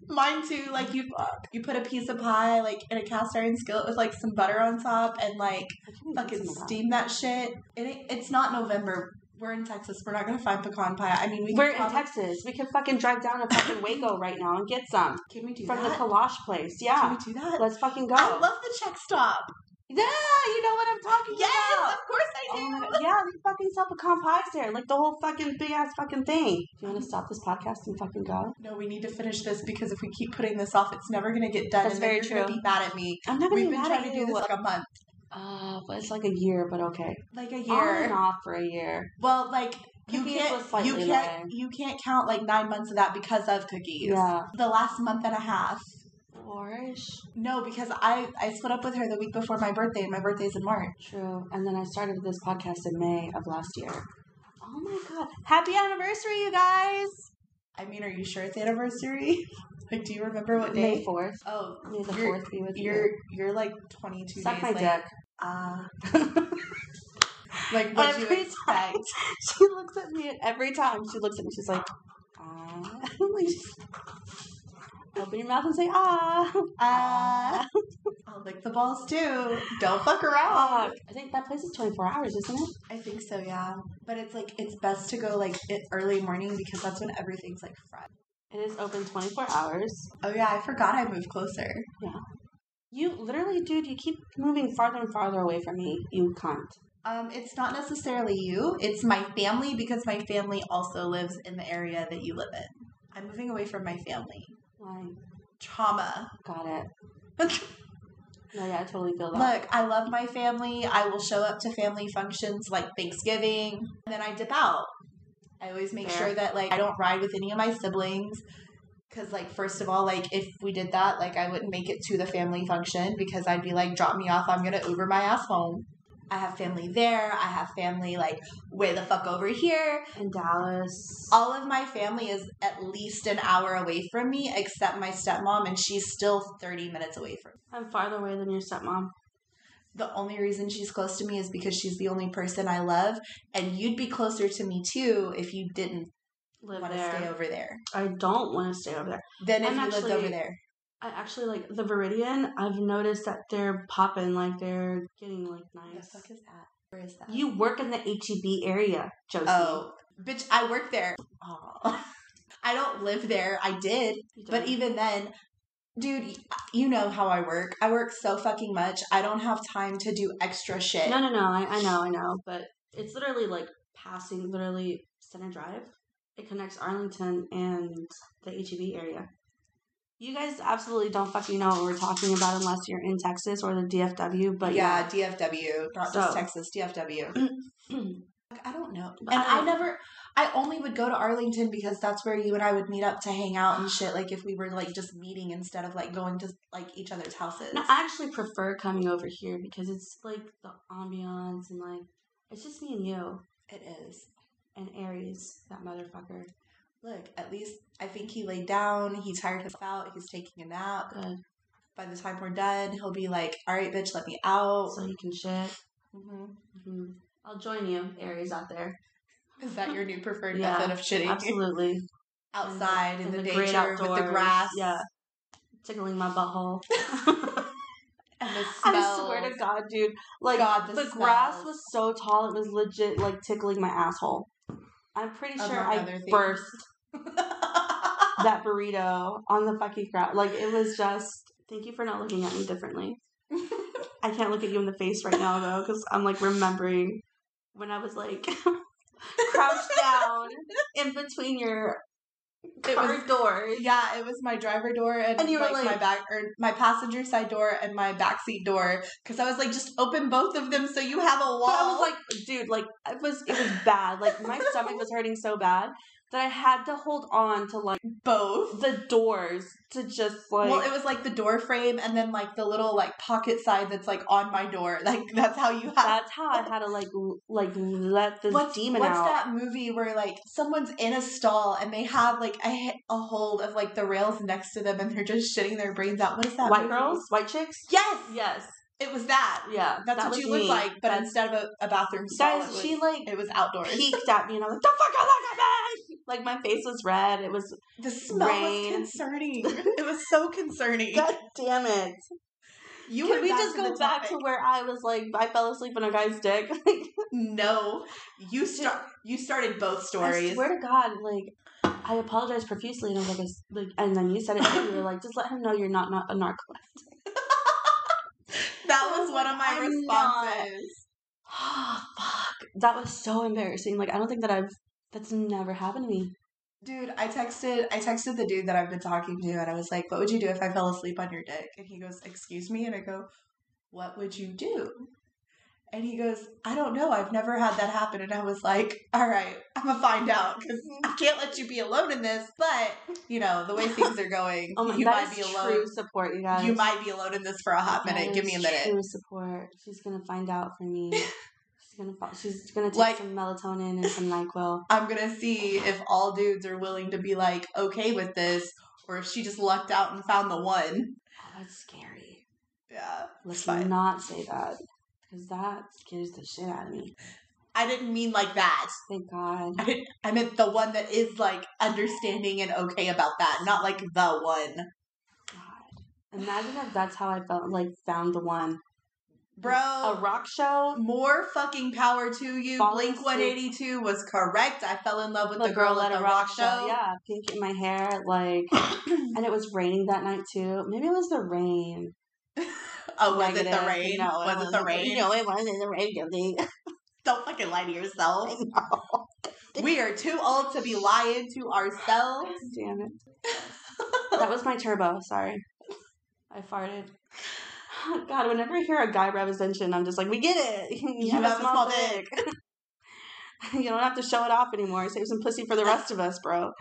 B: Mine too. Like you, you put a piece of pie like in a cast iron skillet with like some butter on top, and like fucking steam that shit. And it, it's not November. We're in Texas. We're not gonna find pecan pie. I mean, we
A: We're
B: can
A: in Texas. We could fucking drive down to fucking Waco right now and get some
B: Can we do
A: from the
B: that?
A: Kalash place.
B: Can
A: Yeah,
B: we do that?
A: let's fucking go.
B: I love the check stop.
A: yeah, you know what I'm talking
B: Yes,
A: about.
B: of course I
A: Oh
B: do.
A: my God. Yeah, they fucking sell pecan pies there, like the whole fucking big ass fucking thing. Do you want to stop this podcast and fucking go?
B: no, we need to finish this because if we keep putting this off, it's never gonna get done.
A: That's
B: and then
A: very
B: you're gonna
A: true.
B: Be mad at me.
A: I'm not gonna
B: We've
A: be
B: been
A: mad
B: trying
A: at
B: to do
A: you.
B: this like a month,
A: uh, but it's like a year, but okay.
B: like a
A: On and
B: year.
A: off for a year.
B: Well, like You
A: Cookies
B: can't,
A: was slightly
B: you can't,
A: lower.
B: you can't count like nine months of that because of cookies.
A: Yeah.
B: The last month and a half.
A: March.
B: No, because I I split up with her the week before my birthday, and my birthday's in March.
A: True. And then I started this podcast in May of last year. Oh my god. Happy anniversary, you guys!
B: I mean, are you sure it's anniversary? [LAUGHS] like, do you remember what
A: May
B: day?
A: 4th.
B: Oh,
A: May the
B: You're-
A: 4th be with
B: you're
A: you.
B: you're like 22
A: Suck
B: days
A: my
B: late.
A: dick.
B: Ah. like what you
A: Every time.
B: expect?
A: [LAUGHS] She looks at me and every time she looks at me, she's like, ah. [LAUGHS] Like, just Open your mouth and say, ah.
B: [LAUGHS] Uh, I'll lick the balls too. Don't fuck
A: Ah. [LAUGHS]
B: around.
A: I think that place is 24 hours, isn't it?
B: I think so, yeah. But it's like it's best to go like it early morning because that's when everything's like fresh.
A: It is open 24 hours.
B: Oh yeah, I forgot I moved closer.
A: You literally, dude, you keep moving farther and farther away from me. You cunt.
B: Um, it's not necessarily you. It's my family because my family also lives in the area that you live in. I'm moving away from my family.
A: I
B: Trauma. [LAUGHS]
A: got it. No, yeah, I totally feel that.
B: Look, I love my family. I will show up to family functions like Thanksgiving, and then I dip out. I always make
A: Fair.
B: sure that like I don't ride with any of my siblings cuz like first of all like if we did that like I wouldn't make it to the family function because I'd be like drop me off I'm going to Uber my ass home. I have family there. I have family like way the fuck over here.
A: in Dallas.
B: All of my family is at least an hour away from me except my stepmom and she's still 30 minutes away from me.
A: I'm farther away than your stepmom.
B: the only reason she's close to me is because she's the only person I love, and you'd be closer to me too if you didn't
A: Live
B: want to
A: there.
B: stay over there.
A: I don't want to stay over there.
B: Then if
A: I'm
B: you lived over
A: actually-
B: there,
A: I actually like the Viridian. I've noticed that they're popping, like they're getting like nice.
B: is that? Where is that?
A: You work in the HEB area, Josie.
B: oh, bitch! I work there. Aw. [LAUGHS] I don't live there. I did,
A: You don't.
B: but even then, dude, y- you know how I work. I work so fucking much. I don't have time to do extra shit.
A: no, no, no. I, I know, I know. But it's literally like passing, literally Center Drive. It connects Arlington and the HEB area. You guys absolutely don't fucking know what we're talking about unless you're in Texas or the DFW. But yeah,
B: yeah, DFW, not
A: So-
B: just Texas,
A: [CLEARS THROAT]
B: DFW. Like, I don't know.
A: But
B: And
A: I-
B: I never, I only would go to Arlington because that's where you and I would meet up to hang out and shit. Like if we were like just meeting instead of like going to like each other's houses.
A: No, I actually prefer coming over here because it's like the ambiance and like it's just me and you
B: it is.
A: and Aries, that motherfucker.
B: Look, at least I think he laid down. He tired himself out. He's taking a nap.
A: Good.
B: By the time we're done, he'll be like, all right, bitch, let me out.
A: So you can shit.
B: Mhm.
A: [LAUGHS] Mhm. I'll join you, Aries, out
B: [LAUGHS]
A: there.
B: Is that your new preferred
A: Yeah,
B: method of shitting?
A: [LAUGHS] Absolutely.
B: Outside in, the,
A: great
B: nature with the
A: outdoors.
B: grass
A: Yeah. Tickling my
B: [LAUGHS]
A: butthole. [LAUGHS]
B: and the smell.
A: I swear to God, dude. Like,
B: God, the
A: the, grass
B: smells.
A: was so tall, it was legit like tickling my asshole. I'm pretty sure
B: Among
A: I
B: other things.
A: burst that burrito on the fucking ground. Like it was just. Thank you for not looking at me differently.
B: [LAUGHS]
A: I can't look at you in the face right now though, because I'm like remembering when I was like [LAUGHS] crouched down in between your
B: It
A: car
B: was-
A: doors.
B: [LAUGHS] Yeah, it was my driver door and,
A: And you were
B: like, my
A: like-
B: back or my passenger side door and my backseat door because I was like, just open both of them so you have a wall.
A: But I was like, dude, like it was it was bad. Like my stomach was hurting so bad that I had to hold on to like
B: both.
A: the doors to just like
B: well, it was like the door frame and then like the little like pocket side that's like on my door. [LAUGHS] Like that's how you have.
A: that's how I had to like l- like let this
B: What's,
A: demon
B: what's
A: out.
B: that movie where like someone's in a stall and they have like a, h- a hold of like the rails next to them and they're just shitting their brains out? What is that?
A: White
B: movie?
A: girls, white chicks.
B: Yes,
A: Yes,
B: it was that.
A: yeah.
B: That's
A: that
B: what
A: was
B: you look
A: me.
B: like, but
A: That's-
B: instead of a, a bathroom stall,
A: guys,
B: it was,
A: she like
B: it was
A: [LAUGHS]
B: outdoors.
A: peeked at me, and I was like, "Don't fucking look at me!" Like my face was red. It was
B: The smell
A: Rain.
B: was [LAUGHS] concerning. it was so concerning.
A: God damn it.
B: you
A: Can
B: went
A: we just
B: to
A: go
B: the
A: back to
B: topic.
A: where I was like, I fell asleep on a guy's dick? [LAUGHS]
B: No, you start. You started both stories.
A: I swear to God, like I apologized profusely, and I was like, I s- like, and then you said it. too. You were like, just let him know you're not not a narco.
B: that
A: I was
B: was one
A: like,
B: of my
A: I'm
B: responses. [GASPS]
A: Oh fuck, that was so embarrassing. Like I don't think that I've that's never happened to [LAUGHS] me.
B: Dude, I texted. I texted the dude that I've been talking to, and I was like, "What would you do if I fell asleep on your dick?" And he goes, "Excuse me," and I go, "What would you do?" And he goes, I don't know. I've never had that happen. And I was like, all right, I'm going to find out because I can't let you be alone in this. But, you know, the way things are going,
A: [LAUGHS] Oh my
B: you
A: that
B: might
A: is
B: be alone.
A: true support, you guys.
B: You might be alone in this for a hot
A: That
B: minute. Give me a
A: is
B: minute.
A: True support. She's gonna find out for
B: [LAUGHS]
A: me. she's gonna. fi- She's gonna take
B: Like-
A: some melatonin and some
B: [LAUGHS]
A: Nyquil.
B: I'm going to see if all dudes are willing to be like okay with this or if she just lucked out and found the one.
A: Oh, that's scary.
B: Yeah.
A: Let's
B: It's fine.
A: not say that because that scares the shit out of me.
B: I didn't mean like that.
A: Thank God.
B: I meant the one that is like understanding and okay about that, not like the one.
A: God. Imagine if that's how I felt. Like found the one. A
B: Bro,
A: rock show.
B: more fucking power to you.
A: Falling
B: Blink 182 was correct. I fell in love with the, girl at the rock, show.
A: Yeah, pink in my hair.
B: [COUGHS]
A: Like, and it was raining that night too. Maybe it was the rain.
B: Oh, was it the
A: Negative.
B: rain?
A: No,
B: was it the
A: [LAUGHS]
B: rain? [LAUGHS]
A: No, it wasn't the rain, guilty.
B: Don't fucking lie to [LAUGHS] yourself. We are too old to be lying to ourselves.
A: Damn [LAUGHS] it. that was my turbo. Sorry. I farted. [LAUGHS] God, whenever I hear a guy representation, I'm just like, we get it. [LAUGHS] You, have, a small, dick. [LAUGHS] you don't have to show it off anymore. Save some pussy for the rest of us, [LAUGHS] bro.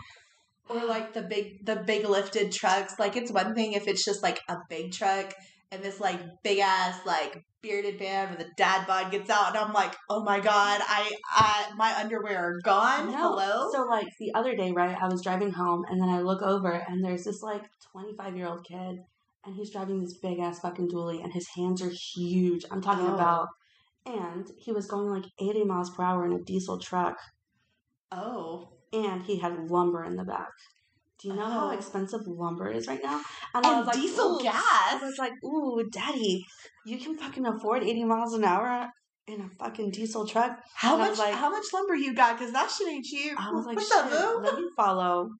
B: Or like the big the big lifted trucks. Like it's one thing if it's just like a big truck and this like big ass like bearded man with a dad bod gets out and I'm like, oh my god, I, I my underwear are gone. Hello.
A: So like the other day, right? I was driving home, and then I look over, and there's this like 25 year old kid, and he's driving this big ass fucking dually, and his hands are huge. I'm talking
B: Oh.
A: about, and he was going like 80 miles per hour in a diesel truck,
B: oh,
A: and he had lumber in the back. Do you know how
B: Oh.
A: expensive lumber is right now? I
B: and
A: was like,
B: diesel
A: "Ooh." I
B: gas.
A: was like, "Ooh, daddy, you can fucking afford 80 miles an hour in a fucking diesel truck."
B: How
A: and I
B: much
A: was like-
B: how much lumber you got? Because that shit ain't cheap.
A: I was like,
B: What's
A: "Shit,
B: up, boo?
A: let me follow."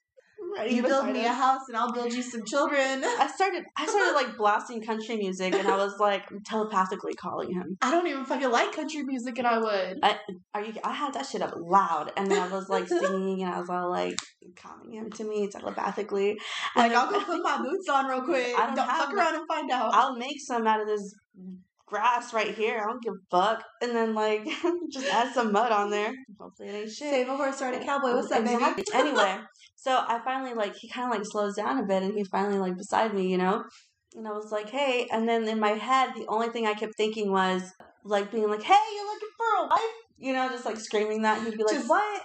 B: You
A: was
B: build me
A: hard.
B: a house and I'll build you some children. [LAUGHS]
A: I started I started like blasting country music and I was like telepathically calling him.
B: I don't even fucking like country music and I would.
A: Are you I had that shit up loud and then I was
B: [LAUGHS]
A: like singing and I was all like calming him to me telepathically. And
B: Like
A: then-
B: I'll go put my boots on real quick.
A: [LAUGHS] I don't have
B: fuck
A: no-
B: around and find out.
A: I'll make some out of this grass right here. I don't give a fuck. And then like [LAUGHS] just add some mud on there. Hopefully it ain't shit.
B: Save a horse, ride a cowboy. What's up, baby?
A: Exactly. anyway, so I finally like he kind of like slows down a bit, and he's finally like beside me, you know. And I was like, hey. And then in my head, the only thing I kept thinking was like being like, hey, you're looking for a wife, you know, just like screaming that. He'd be like,
B: Just-
A: what?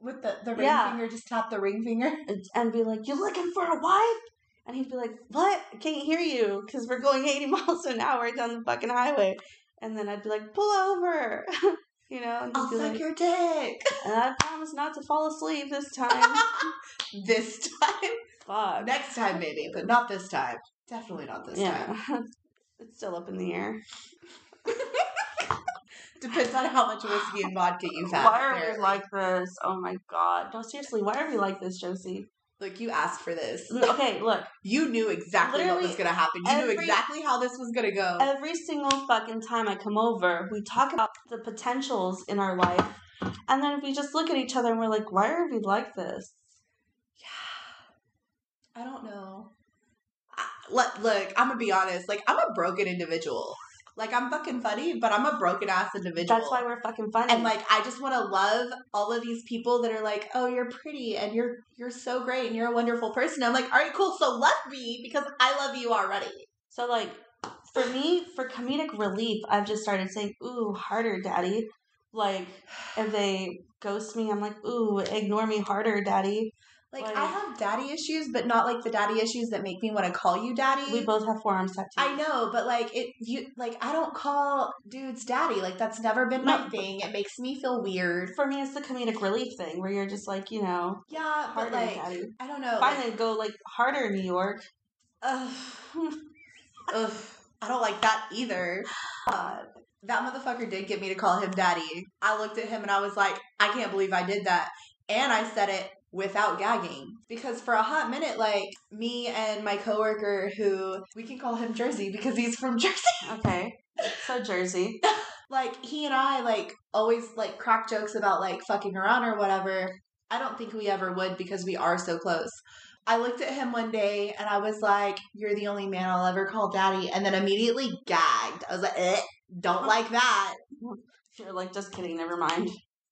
B: With the, the ring
A: Yeah.
B: finger, just tap the ring finger. [LAUGHS]
A: And- And be like, you're looking for a wife. And he'd be like, what? I can't hear you because we're going 80 [LAUGHS] miles an hour down the fucking highway. And then I'd be like, pull over, [LAUGHS] you know. And he'd
B: I'll
A: be
B: suck
A: like,
B: your dick. [LAUGHS]
A: and I promise not to fall asleep this [LAUGHS] time.
B: this time. [LAUGHS]
A: Fuck.
B: Next time, maybe, but not this time. Definitely not this time.
A: [LAUGHS] it's still up in the air.
B: Depends on how much whiskey and vodka you've had.
A: Why are we
B: apparently.
A: like this? Oh my god. No, seriously, why are we like this, Josie?
B: Look, you asked for this.
A: Okay, look.
B: You knew exactly what
A: Literally
B: was going to happen. You knew
A: every-
B: exactly how this was going to go.
A: Every single fucking time I come over, we talk about the potentials in our life. And then we just look at each other and we're like, why are we like this?
B: I don't know. I, look, look, I'm gonna be honest. Like, I'm a broken individual. Like, I'm fucking funny, but I'm a broken ass individual.
A: That's why we're fucking funny.
B: and like I just want to love all of these people that are like, "Oh, you're pretty and you're you're so great and you're a wonderful person." I'm like, "All right, cool. So love me because I love you already."
A: so like for me, for comedic relief, I've just started saying, ooh, harder, daddy. Like if they ghost me, I'm like, ooh, ignore me harder, daddy.
B: Like
A: Like-
B: I have daddy issues, but not like the daddy issues that make me want to call you daddy.
A: We both have forearms tattoos.
B: I know, but like it you like I don't call dudes daddy. Like that's never been my
A: No.
B: thing. It makes me feel weird.
A: for me it's the comedic relief thing where you're just like you know
B: Yeah,
A: harder
B: but like
A: daddy
B: I don't know. Like,
A: finally go like harder new york
B: ugh, [LAUGHS] ugh, I don't like that either.
A: God.
B: that motherfucker did get me to call him daddy. I looked at him and I was like, I can't believe I did that. And I said it without gagging because for a hot minute, like me and my coworker, who we can call him Jersey because he's from [LAUGHS] Jersey,
A: okay so jersey [LAUGHS]
B: like he and I, like always like crack jokes about like fucking around or whatever. I don't think we ever would because we are so close. I looked at him one day and I was like, You're the only man I'll ever call daddy. And then immediately gagged. I was like, eh, Don't like that.
A: You're like, just kidding, never mind.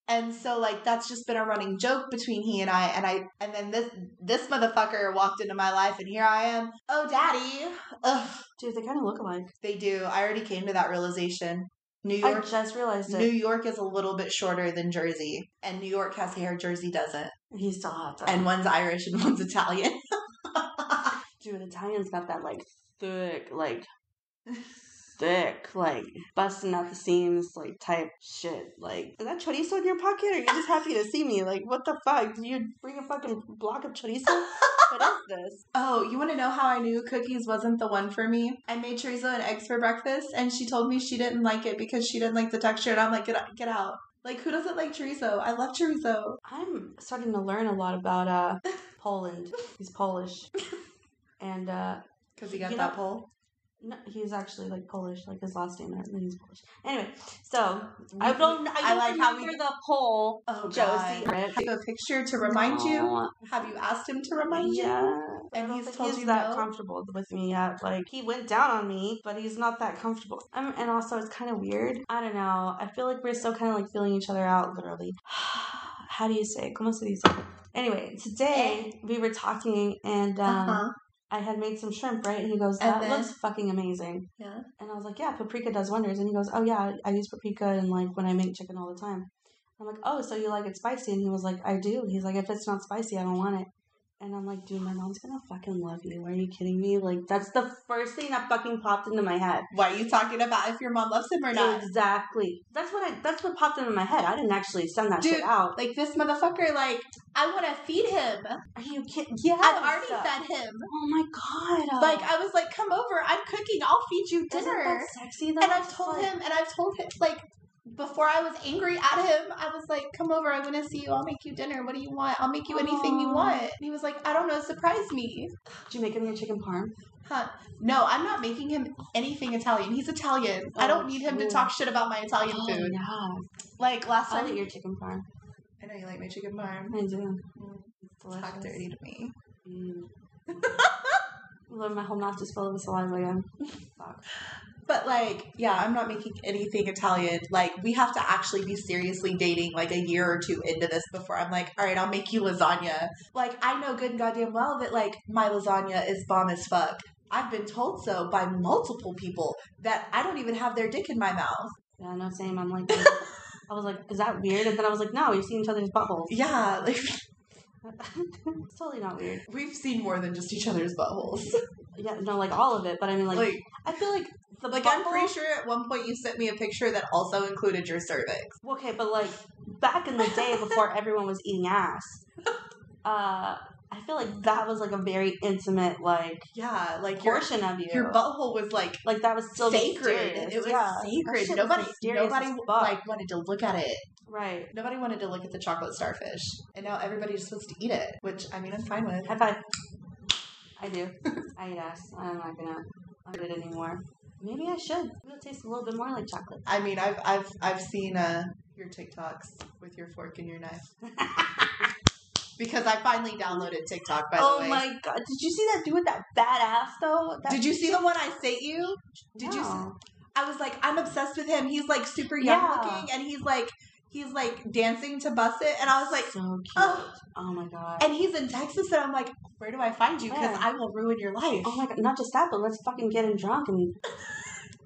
B: And so like that's just been a running joke between he and I and I and then this this motherfucker walked into my life and here I am. Oh daddy. Ugh.
A: Dude, they kind of look alike.
B: They do. I already came to that realization. New
A: I
B: York
A: just realized it.
B: New York is a little bit shorter than Jersey. And New York has hair, Jersey doesn't.
A: he still hot though.
B: And one's Irish and [LAUGHS] one's Italian.
A: Dude, Italian's got that like thick, like thick, like busting out the seams, like type shit. Like, is that chorizo in your pocket? Or are you just happy to see me? Like, what the fuck? Did you bring a fucking block of
B: [LAUGHS]
A: chorizo? what is this?
B: Oh, you want to know how I knew cookies wasn't the one for me? I made chorizo and eggs for breakfast, and she told me she didn't like it because she didn't like the texture. And I'm like, get out, get out. Like, who doesn't like chorizo? I love chorizo.
A: I'm starting to learn a lot about uh Poland. He's Polish, and uh
B: Because he got
A: You know-
B: that pole.
A: no, he's actually like Polish, like his last name. I think he's Polish. Anyway, so I don't. I, don't
B: Mm-hmm. like how we-
A: remember the poll.
B: Oh,
A: Josie.
B: Josie. Have a picture to remind you? Have you asked him to remind you?
A: Yeah. I
B: And
A: don't
B: he's
A: think
B: told
A: he's
B: you
A: that
B: no?
A: comfortable with me yet. Like he went down on me, but he's not that comfortable. Um, and also it's kind of weird. I don't know. I feel like we're still kind of like feeling each other out, literally. [SIGHS] How do you say? it? ¿Cómo se dice? Anyway, today we were talking and um,
B: uh-huh.
A: I had made some shrimp, right? And he goes,
B: And
A: "That
B: then-
A: looks fucking amazing."
B: Yeah.
A: And I was like, "Yeah, paprika does wonders." And he goes, "Oh yeah, I use paprika and like when I make chicken all the time." I'm like, "Oh, so you like it spicy?" And he was like, "I do." He's like, "If it's not spicy, I don't want it." And I'm like, "Dude, my mom's gonna fucking love you. Are you kidding me? Like that's the first thing that fucking popped into my head."
B: Why are you talking about if your mom loves him or not?
A: Exactly. That's what I. That's what popped into my head. I didn't actually send that
B: Dude,
A: shit out.
B: Like, this motherfucker, like, I want to feed him.
A: Are you kidding? Yeah.
B: I've already fed him.
A: Oh my god.
B: Like, I was like, come over. I'm cooking. I'll feed you dinner.
A: isn't that sexy though?
B: and I've
A: Just,
B: told
A: like-
B: him, and I've told him, like, before I was angry at him, I was like, come over, I want to see you, I'll make you dinner, what do you want? I'll make you anything you
A: Aw.
B: want. And he was like, I don't know, surprise me.
A: Did you make him your chicken parm?
B: Huh. No, I'm not making him anything Italian. He's Italian. I
A: Oh,
B: don't need him to
A: true.
B: talk shit about my Italian
A: Oh,
B: food.
A: yeah.
B: Like last
A: I'll
B: time.
A: eat your chicken farm.
B: I know you like my chicken parm.
A: I do.
B: Mm,
A: It's
B: Talk dirty
A: delicious.
B: to me.
A: Mm. [LAUGHS] Lord, my whole mouth just filled with saliva again. Fuck.
B: But like, yeah, I'm not making anything Italian. Like, we have to actually be seriously dating like a year or two into this before I'm like, all right, I'll make you lasagna. Like, I know good and goddamn well that like my lasagna is bomb as fuck. I've been told so by multiple people that I don't even have their dick in my mouth.
A: Yeah, no, same. I'm
B: [LAUGHS]
A: like, I was like, is that weird? And then I was like, no, we've seen each other's buttholes.
B: Yeah, like
A: [LAUGHS]
B: [LAUGHS]
A: it's totally not weird.
B: we've seen more than just each other's buttholes.
A: Yeah, no, like all of it. But I mean, like,
B: Like, like,
A: I feel like the
B: I'm
A: butthole-
B: pretty sure at one point you sent me a picture that also included your cervix.
A: [LAUGHS] Okay, but like back in the
B: [LAUGHS]
A: day before everyone was eating ass, uh, I feel like that was like a very intimate like
B: Yeah, like your
A: portion of you.
B: your butthole was like
A: like that was still
B: sacred.
A: mysterious.
B: It was
A: yeah. That shit
B: sacred.
A: was
B: Nobody,
A: mysterious
B: nobody
A: as fuck.
B: like wanted to look at it.
A: right.
B: Nobody wanted to look at the chocolate starfish, and now everybody just wants to eat it, which I mean, I'm fine with.
A: High five. I do. [LAUGHS] I eat ass. I'm not gonna do it anymore. Maybe I should. It'll taste a little bit more like chocolate.
B: I mean, I've I've I've seen uh, your TikToks with your fork and your knife
A: [LAUGHS]
B: because I finally downloaded TikTok. By
A: oh
B: the way,
A: my god! Did you see that dude with that bad ass though? That-
B: did you see the one I sent you? Did you? See-
A: No.
B: I was like, I'm obsessed with him. He's like super young
A: Yeah.
B: looking, and he's like he's like dancing to bust it, and I was like.
A: so cute.
B: oh.
A: oh my god.
B: And he's in Texas, and I'm like, where do I find you? Because
A: Where?
B: I will ruin your life.
A: Oh my god, not just that, but let's fucking get him drunk and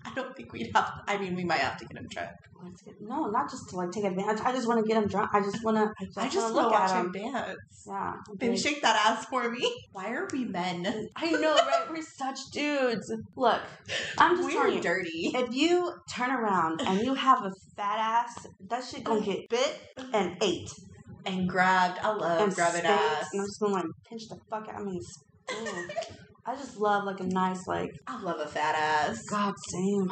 B: I don't think we'd have. I mean, we might have to get him drunk.
A: let's get no, not just to like take advantage. I just wanna get him drunk. I just wanna I just,
B: I just
A: wanna
B: want
A: look
B: to watch
A: at
B: him
A: him.
B: dance.
A: Yeah.
B: Baby, [LAUGHS] shake that ass for me.
A: [LAUGHS]
B: Why are we men?
A: I know, right? We're such dudes. Look, I'm just telling
B: We're
A: you,
B: dirty.
A: If you turn around and you have a fat ass, that shit gonna get bit and ate.
B: And grabbed. I love
A: and
B: grabbing
A: spanked,
B: Oh, ass.
A: And I'm just gonna like pinch the fuck out. I mean, s- ooh.
B: [LAUGHS]
A: I just love like a nice like
B: I love a fat ass.
A: God damn.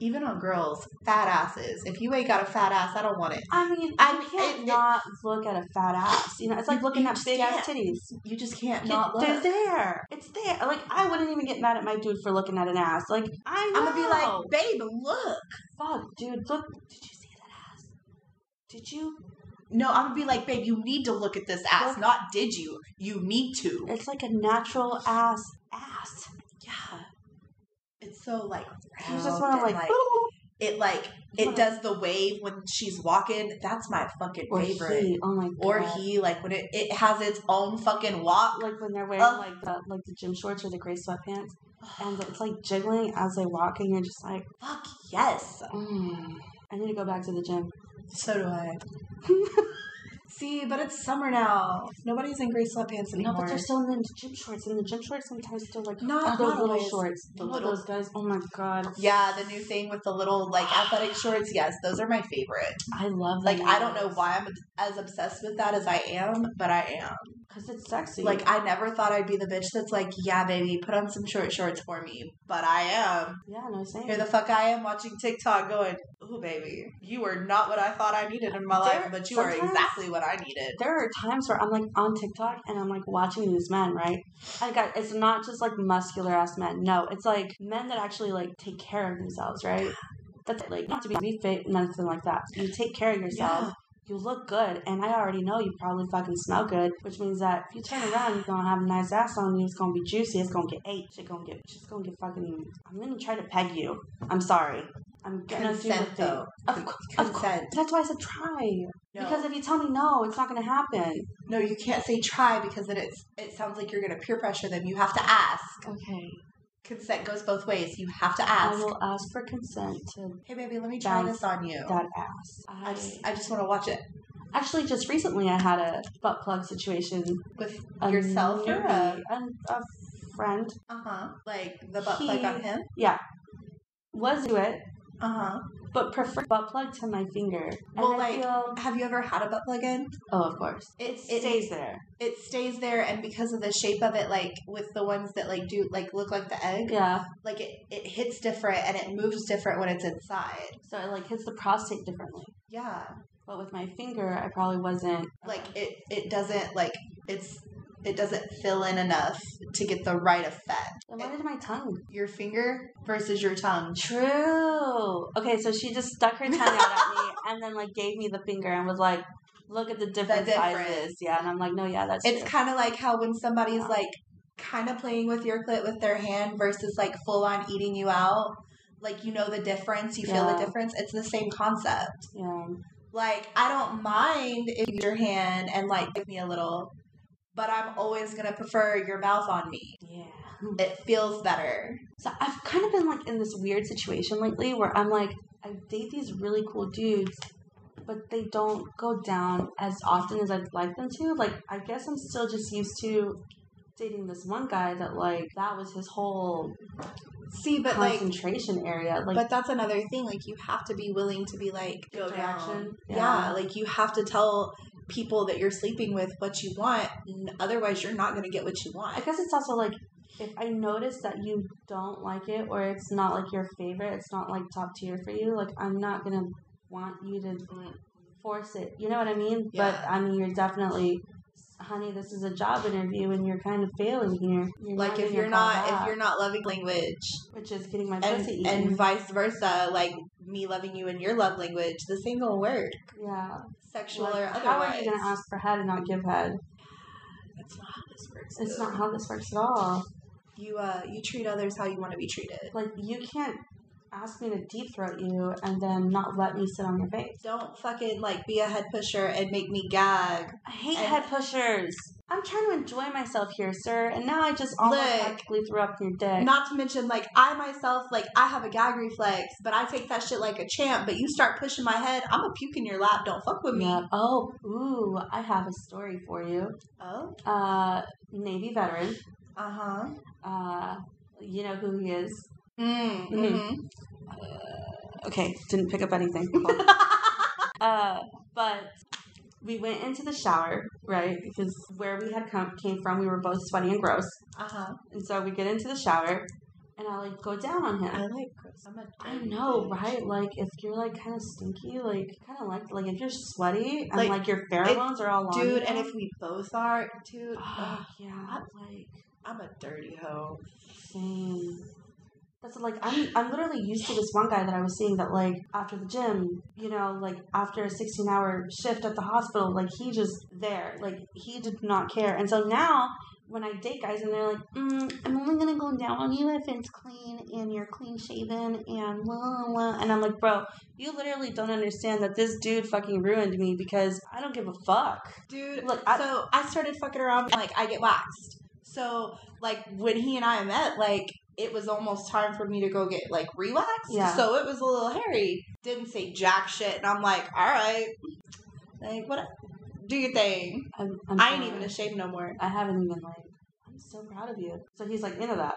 B: Even on girls, fat asses. If you ain't got a fat ass, I don't want it.
A: I mean,
B: I-
A: I can't
B: it- it-
A: not look at a fat ass. You know, it's like
B: You-
A: looking
B: you
A: at
B: just
A: big ass
B: can't.
A: titties.
B: You just can't
A: It-
B: not
A: they're
B: look.
A: there. It's there. Like I wouldn't even get mad at my dude for looking at an ass. Like I know.
B: I'm gonna be like, babe, look.
A: fuck, dude, look. Did you see that ass? Did you?
B: No, I'm gonna be like, babe, you need to look at this ass.
A: Look.
B: Not did you. You need to.
A: It's like a natural ass ass.
B: Yeah. It's so like
A: You
B: round
A: just want
B: and,
A: to like,
B: it like [LAUGHS] it does the wave when she's walking. That's my fucking
A: Or
B: favorite.
A: he. Oh my god.
B: Or he, like when it, it has its own fucking walk.
A: Like when they're wearing
B: Ugh.
A: like the like the gym shorts or the gray sweatpants, and it's like jiggling as they walk, and you're just like,
B: Fuck yes.
A: mm, I need to go back to the gym.
B: So do
A: [LAUGHS]
B: I. See, but it's summer now. Nobody's in gray sweatpants
A: No,
B: anymore.
A: but they're still in the gym shorts, and the gym shorts sometimes they're like
B: not,
A: those
B: not
A: little
B: always.
A: shorts.
B: The
A: Look at
B: little-
A: those guys. Oh my god,
B: Yeah, the new thing with the little like athletic shorts. Yes, those are my favorite.
A: I love
B: Like I don't know why I'm as obsessed with that as I am, but I am.
A: because it's sexy.
B: Like I never thought I'd be the bitch that's like, yeah, baby, put on some short shorts for me. But I am.
A: yeah, no saying.
B: Here the fuck I am watching TikTok going, ooh baby, you are not what I thought I needed in my life,
A: There-
B: but you are
A: sometimes-
B: exactly what I needed.
A: there are times where I'm like on TikTok and I'm like watching these men, right? I got it's not just like muscular ass men. No, it's like men that actually like take care of themselves, right? That's like not to be, be fit, nothing like that. You take care of yourself.
B: Yeah.
A: You look good, and I already know you probably fucking smell good, which means that if you turn around, you're gonna have a nice ass on you. It's gonna be juicy. It's gonna get ate. She's gonna get. She's gonna get fucking. I'm gonna try to peg you. I'm sorry. I'm gonna do
B: Consent,
A: the thing.
B: though.
A: Of,
B: Con-
A: course, of course.
B: Consent.
A: That's why I said try.
B: No.
A: Because if you tell me no, it's not gonna happen.
B: no, you can't say try because then it's it sounds like you're gonna peer pressure them. You have to ask.
A: Okay.
B: Consent goes both ways. You have to
A: I
B: ask.
A: will ask for consent to
B: Hey baby, let me try
A: Bounce.
B: this on you.
A: that ass.
B: I
A: I
B: just, I just want to watch it
A: actually just recently I had a butt plug situation.
B: with
A: A
B: yourself or a,
A: newbie, an- a, friend
B: uh huh, like the butt plug
A: He-
B: on him.
A: was do it,
B: Uh huh.
A: but preferred butt plug to my finger. And
B: Well,
A: I
B: like-
A: feel,
B: Have you ever had a butt plug in?
A: oh, of course,
B: It
A: it stays there.
B: It stays there, and because of the shape of it, like with the ones that like do like look like the egg,
A: Yeah.
B: like it it hits different and it moves different when it's inside.
A: So it like hits the prostate differently.
B: Yeah,
A: But with my finger, I probably wasn't
B: like it it doesn't like it's it doesn't fill in enough to get the right effect.
A: Then why did my tongue?
B: Your finger versus your tongue.
A: True. Okay, so she just stuck her tongue out at me [LAUGHS] and then like gave me the finger and was like, "Look at the different
B: difference.
A: sizes." Yeah, and I'm like, "No, yeah, that's
B: It's
A: true."
B: kind of like how when somebody's
A: Yeah.
B: like kind of playing with your clit with their hand versus like full on eating you out. Like you know the difference, you feel the
A: Yeah.
B: difference. It's the same concept.
A: yeah.
B: Like I don't mind if you use your hand and like give me a little, but I'm always gonna prefer your mouth on me.
A: Yeah.
B: It feels better.
A: So I've kind of been like in this weird situation lately where I'm like, I date these really cool dudes, but they don't go down as often as I'd like them to. Like, I guess I'm still just used to dating this one guy that like that was his whole
B: See, but like,
A: concentration area. Like,
B: but that's another thing. Like you have to be willing to be like go down.
A: Interaction.
B: yeah.
A: Yeah.
B: like you have to tell people that you're sleeping with what you want n- otherwise you're not going to get what you
A: I
B: want
A: guess it's also like if I notice that you don't like it or it's not like your favorite, it's not like top tier for you, like I'm not gonna want you to force it. You know what I mean?
B: Yeah.
A: But I mean, you're definitely, honey, this is a job interview and you're kind of failing here. You're
B: like if
A: getting
B: you're
A: your
B: not
A: call
B: if
A: back,
B: you're not loving language
A: which is getting my
B: and
A: pussy eaten.
B: and vice versa like me loving you in your love language this ain't gonna work
A: yeah.
B: sexual
A: Like,
B: or otherwise
A: how are you gonna ask for head and not give head?
B: that's not how this works
A: It's
B: though.
A: not how this works at all.
B: you uh you treat others how you want to be treated
A: Like you can't ask me to deep throat you and then not let me sit on your face.
B: don't fucking like be a head pusher and make me gag
A: I hate
B: And-
A: head pushers. I'm trying to enjoy myself here, sir, and now I just almost
B: Look.
A: practically threw up your dick.
B: Not to mention, like, I myself, like, I have a gag reflex, but I take that shit like a champ. But you start pushing my head, I'm a puke in your lap. Don't fuck with me.
A: Yeah. Oh, ooh, I have a story for you.
B: Oh,
A: Uh, Navy veteran.
B: uh huh.
A: Uh, you know who he is.
B: Mm,
A: Mhm. Okay, didn't pick up [LAUGHS] anything. uh, but we went into the shower, right? Because where we had come came from, we were both sweaty and gross,
B: Uh huh.
A: and so we get into the shower, and I like go down on him.
B: I like gross. I'm a
A: I
B: dirty
A: know,
B: bitch.
A: right? Like if you're like kind of stinky, like kind of like like if you're sweaty and
B: Like,
A: like, your pheromones are all on
B: Dude,
A: you.
B: and if we both are,
A: [GASPS]
B: dude, ugh,
A: oh, [SIGHS]
B: [SIGHS]
A: yeah, like
B: I'm a dirty hoe.
A: same. That's like I'm I'm literally used to this one guy that I was seeing that like after the gym, you know, like after a 16 hour shift at the hospital, like he just there, like he did not care, and so now when I date guys and they're like, mm, I'm only gonna go down on you if it's clean and you're clean shaven and blah, blah. and I'm like, bro, you literally don't understand that this dude fucking ruined me because I don't give a fuck.
B: Dude,
A: Look, I-
B: so I started fucking around and, like I get waxed. So like when he and I met, like it was almost time for me to go get like rewaxed.
A: Yeah.
B: So it was a little hairy. Didn't say jack shit, and I'm like, all right, like what? Do your thing.
A: I'm, I'm
B: I ain't
A: sorry.
B: even ashamed no more.
A: I haven't even like. I'm so proud of you. So he's like into that.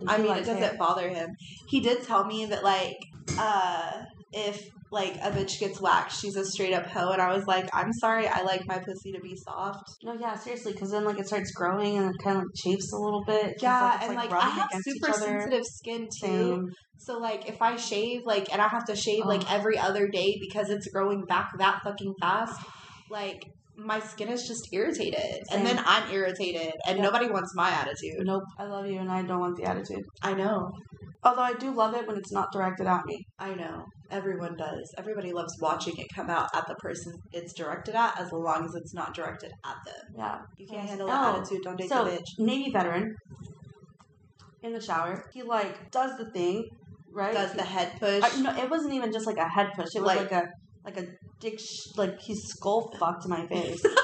A: And
B: I
A: he
B: mean, it
A: likes
B: doesn't bother him. He did tell me that like uh if like a bitch gets waxed, she's a straight up hoe, and I was like, I'm sorry, I like my pussy to be soft.
A: No, yeah, seriously, because then like it starts growing and it kind of like shapes a little bit. It's
B: Yeah,
A: it's,
B: and like, I
A: rubbing
B: have
A: against
B: super
A: each other.
B: sensitive skin too.
A: Same.
B: So like if I shave like and I have to shave like every other day because it's growing back that fucking fast, like my skin is just irritated.
A: Same.
B: And then I'm irritated and
A: Yeah.
B: nobody wants my attitude.
A: Nope. I love you, and I don't want the attitude.
B: I know.
A: Although I do love it when it's not directed at me.
B: I know. Everyone does. Everybody loves watching it come out at the person it's directed at as long as it's not directed at them.
A: Yeah.
B: You
A: Yes.
B: can't handle the
A: Oh,
B: attitude, don't date
A: so
B: the bitch.
A: Navy veteran in the shower, he like does the thing, right?
B: Does the head push.
A: I- no, it wasn't even just like a head push. It was like,
B: Like-
A: a like a dick sh- like he skull fucked my
B: [LAUGHS]
A: face. [LAUGHS]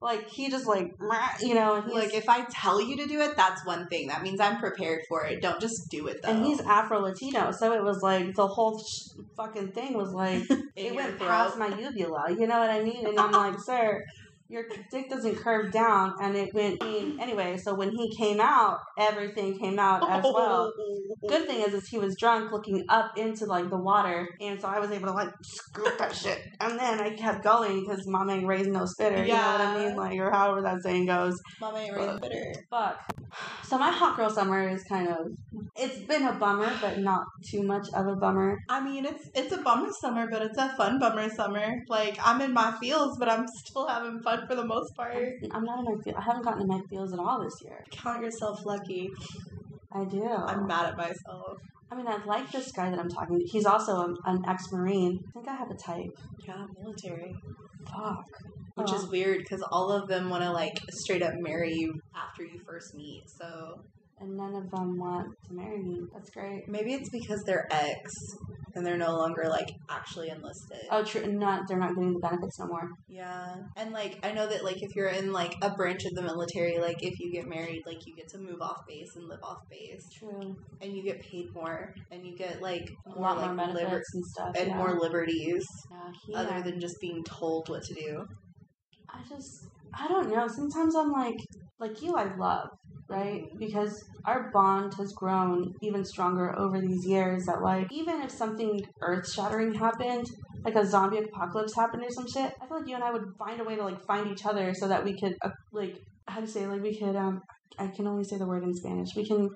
A: like he just like [LAUGHS] "Meh," you know, and he's,
B: like if I tell you to do it, that's one thing. That means I'm prepared for it. Don't just do it though.
A: and he's Afro Latino, so it was like the whole sh- fucking thing was
B: [LAUGHS]
A: like
B: In
A: it
B: your
A: went
B: throat.
A: past my uvula. You know what I mean? And I'm like, sir, your dick doesn't curve down, and it went anyway. So when he came out, everything came out
B: [LAUGHS] Oh.
A: as well. Good thing is, is he was drunk, looking up into like the water, and so I was able to like scoop that shit, and then I kept going because mom ain't raised no spitter. You know what I
B: Yeah.
A: mean? Like or however that saying goes.
B: Mama ain't really bitter.
A: Fuck. So my hot girl summer is kind of it's been a bummer, but not too much of a bummer.
B: I mean, it's it's a bummer summer, but it's a fun bummer summer. Like I'm in my feels, but I'm still having fun for the most part.
A: I'm not in my feel. I haven't gotten in my feels at all this year.
B: Count yourself lucky.
A: I do.
B: I'm mad at myself.
A: I mean, I like this guy that I'm talking to. He's also an, an ex-marine. I think I have a type.
B: Yeah, military.
A: Fuck.
B: Which
A: Oh.
B: is weird because all of them want to like straight up marry you after you first meet. So
A: and none of them want to marry me. That's great.
B: maybe it's because they're ex and they're no longer like actually enlisted.
A: Oh, true. and Not they're not getting the benefits no more.
B: Yeah. And like I know that like if you're in like a branch of the military, like if you get married, like you get to move off base and live off base.
A: True.
B: and you get paid more and you get like
A: A
B: more
A: lot
B: like
A: more benefits
B: liber-
A: and stuff.
B: and
A: yeah.
B: more liberties
A: Yeah, he,
B: other than just being told what to do.
A: I just I don't know. Sometimes I'm like like you I love, right? Because our bond has grown even stronger over these years that like even if something earth shattering happened, like a zombie apocalypse happened or some shit, I feel like you and I would find a way to like find each other so that we could uh, like how to say like we could um I can only say the word in Spanish. We can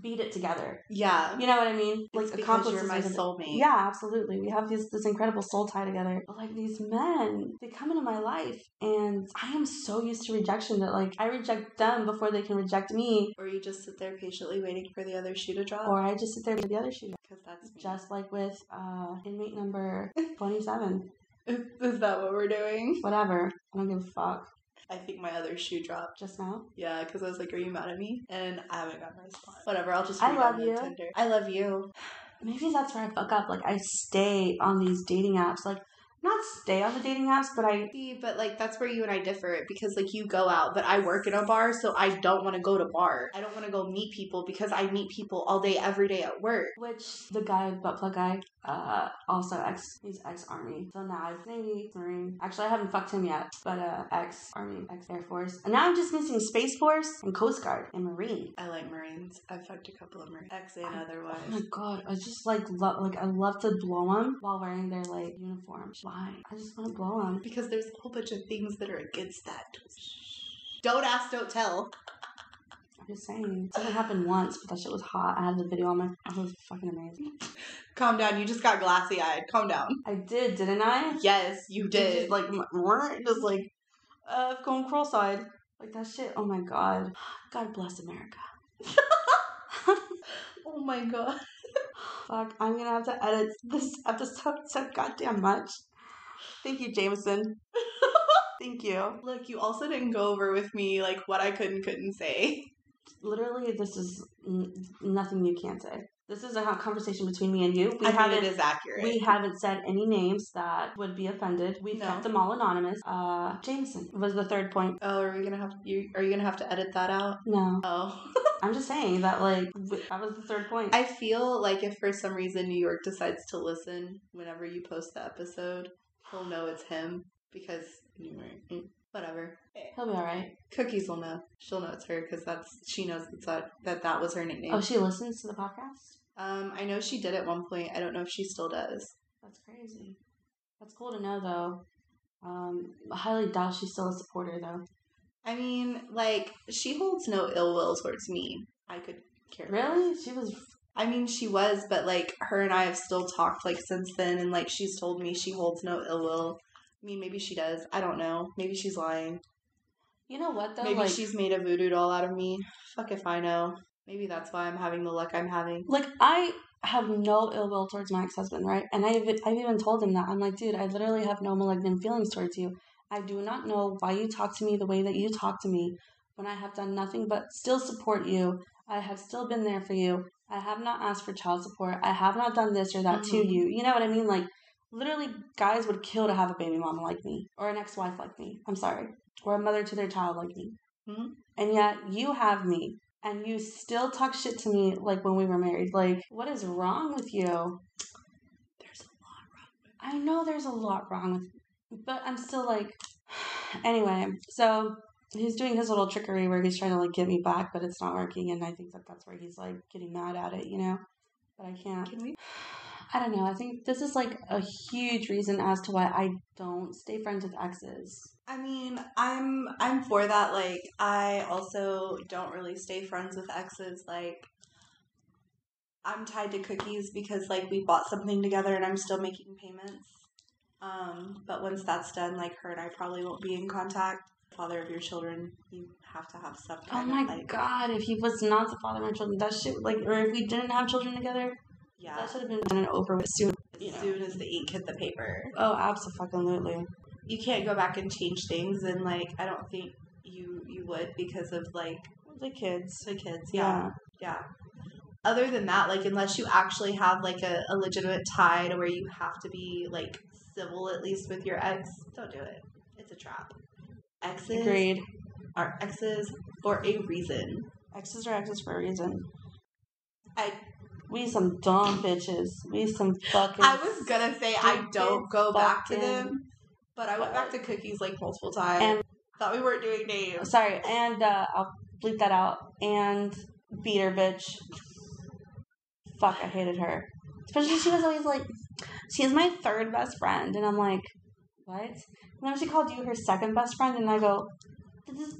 A: beat it together.
B: Yeah.
A: You know what I mean?
B: Like
A: Like
B: because
A: accomplish
B: you're my
A: this
B: soulmate.
A: yeah, absolutely. We have this this incredible soul tie together. But like these men, they come into my life and I am so used to rejection that like I reject them before they can reject me.
B: Or you just sit there patiently waiting for the other shoe to drop.
A: Or I just sit there with the other shoe.
B: Because that's me.
A: Just [LAUGHS] like with uh inmate number twenty seven.
B: Is, is that what we're doing?
A: Whatever. I don't give a fuck.
B: I think my other shoe dropped.
A: Just now.
B: Yeah, because I was like, "Are you mad at me?" And I haven't got my response. Whatever. I'll just.
A: I
B: read
A: love
B: on the
A: you.
B: Tinder. I love you.
A: Maybe that's where I fuck up. Like I stay on these dating apps. Like not stay on the dating apps, but I
B: See, but like that's where you and I differ because like you go out, but I work in a bar, so I don't want to go to bar. I don't want to go meet people because I meet people all day, every day at work.
A: Which the guy, butt plug guy, uh, also ex, he's ex army. So now I've Navy, Marine. Actually, I haven't fucked him yet, but uh, ex army, ex Air Force. And now I'm just missing Space Force and Coast Guard and Marine.
B: I like Marines. I've fucked a couple of Marines, ex
A: I-
B: and
A: Oh
B: otherwise.
A: my god, I just like love, like I love to blow them while wearing their like uniform. Why? I just want to blow them.
B: [LAUGHS] because there's a whole bunch of things that are against that. Don't ask, don't tell.
A: I'm just saying. It only happened once, but that shit was hot. I had the video on my. I was fucking amazing.
B: Calm down. You just got glassy eyed. Calm down.
A: [LAUGHS] I did, didn't I?
B: Yes, you
A: It's
B: did.
A: Just like m- just like uh going cross eyed. Like that shit. Oh my god. [SIGHS] God bless America. [SIGHS]
B: oh my god.
A: Fuck, I'm gonna have to [LAUGHS] edit this episode so goddamn much. Thank you, Jameson. [LAUGHS] Thank you.
B: Look, you also didn't go over with me like what I could and couldn't say.
A: Literally, this is n- nothing you can't say. This is a ho- conversation between me and you.
B: [LAUGHS]
A: We
B: I
A: haven't.
B: mean, it is accurate.
A: we haven't said any names that would be offended. We've
B: No.
A: kept them all anonymous. Uh, Jameson was the third point.
B: oh, are we gonna have you? Are you gonna have to edit that out?
A: No,
B: Oh, [LAUGHS]
A: I'm just saying that like w- that was the third point.
B: I feel like if for some reason New York decides to listen whenever you post the episode, he'll know it's him because New York. mm, Whatever.
A: He'll be all right.
B: Cookies will know. She'll know it's her because that's she knows that's that that, that was her nickname.
A: Oh, she listens to the podcast.
B: um, I know she did at one point. I don't know if she still does.
A: That's crazy. That's cool to know though. Um, I highly doubt she's still a supporter though.
B: I mean, like she holds no ill will towards me. I could care. less.
A: Really? She was.
B: I mean, she was, but like her and I have still talked like since then, and like she's told me she holds no ill will. I mean, maybe she does. I don't know. Maybe she's lying.
A: You know what though?
B: maybe
A: like,
B: she's made a voodoo doll out of me. Fuck if I know. Maybe that's why I'm having the luck I'm having.
A: like I have no ill will towards my ex-husband, right? And I've I've even told him that I'm like, dude, I literally have no malignant feelings towards you. I do not know why you talk to me the way that you talk to me when I have done nothing but still support you. I have still been there for you. I have not asked for child support. I have not done this or that to
B: Mhm.
A: you. You know what I mean? Like literally guys would kill to have a baby mama like me or an ex-wife like me. I'm sorry. Or a mother to their child like me.
B: Mhm.
A: And yet you have me and you still talk shit to me like when we were married. Like, what is wrong with you?
B: There's a lot.
A: I know there's a lot wrong with but I'm still like [SIGHS] anyway, so he's doing his little trickery where he's trying to like get me back, but it's not working and I think that that's where he's like getting mad at it, you know? But I can't. [SIGHS]
B: Can we?
A: I don't know. I think this is like a huge reason as to why I don't stay friends with exes.
B: I mean, I'm I'm for that. Like, I also don't really stay friends with exes. Like, I'm tied to cookies because like we bought something together and I'm still making payments. Um, but once that's done, like her and I probably won't be in contact. Father of your children, you have to have some
A: Oh
B: kind
A: my
B: of like
A: god, if he was not the father of my children, that shit like or if we didn't have children together,
B: yeah.
A: that should have been done and over with soon.
B: As
A: you know.
B: soon as the ink hit the paper,
A: Oh, absolutely.
B: you can't go back and change things. And like, I don't think you you would because of like
A: The kids.
B: the kids. yeah.
A: Yeah.
B: other than that, like unless you actually have like a, a legitimate tie to where you have to be like civil at least with your ex, don't do it. It's a trap. Exes
A: Agreed.
B: are exes for a reason.
A: Exes are exes for a reason.
B: I
A: We some dumb bitches. We some fucking.
B: I was gonna say I don't go back to
A: fucking-
B: them, but I went back to cookies like multiple times.
A: And-
B: Thought we weren't doing names.
A: sorry, and uh, I'll bleep that out. And beat her, bitch. Fuck, I hated her. Especially she was always like, she is my third best friend, and I'm like, what? And then she called you her second best friend, and I go, this is.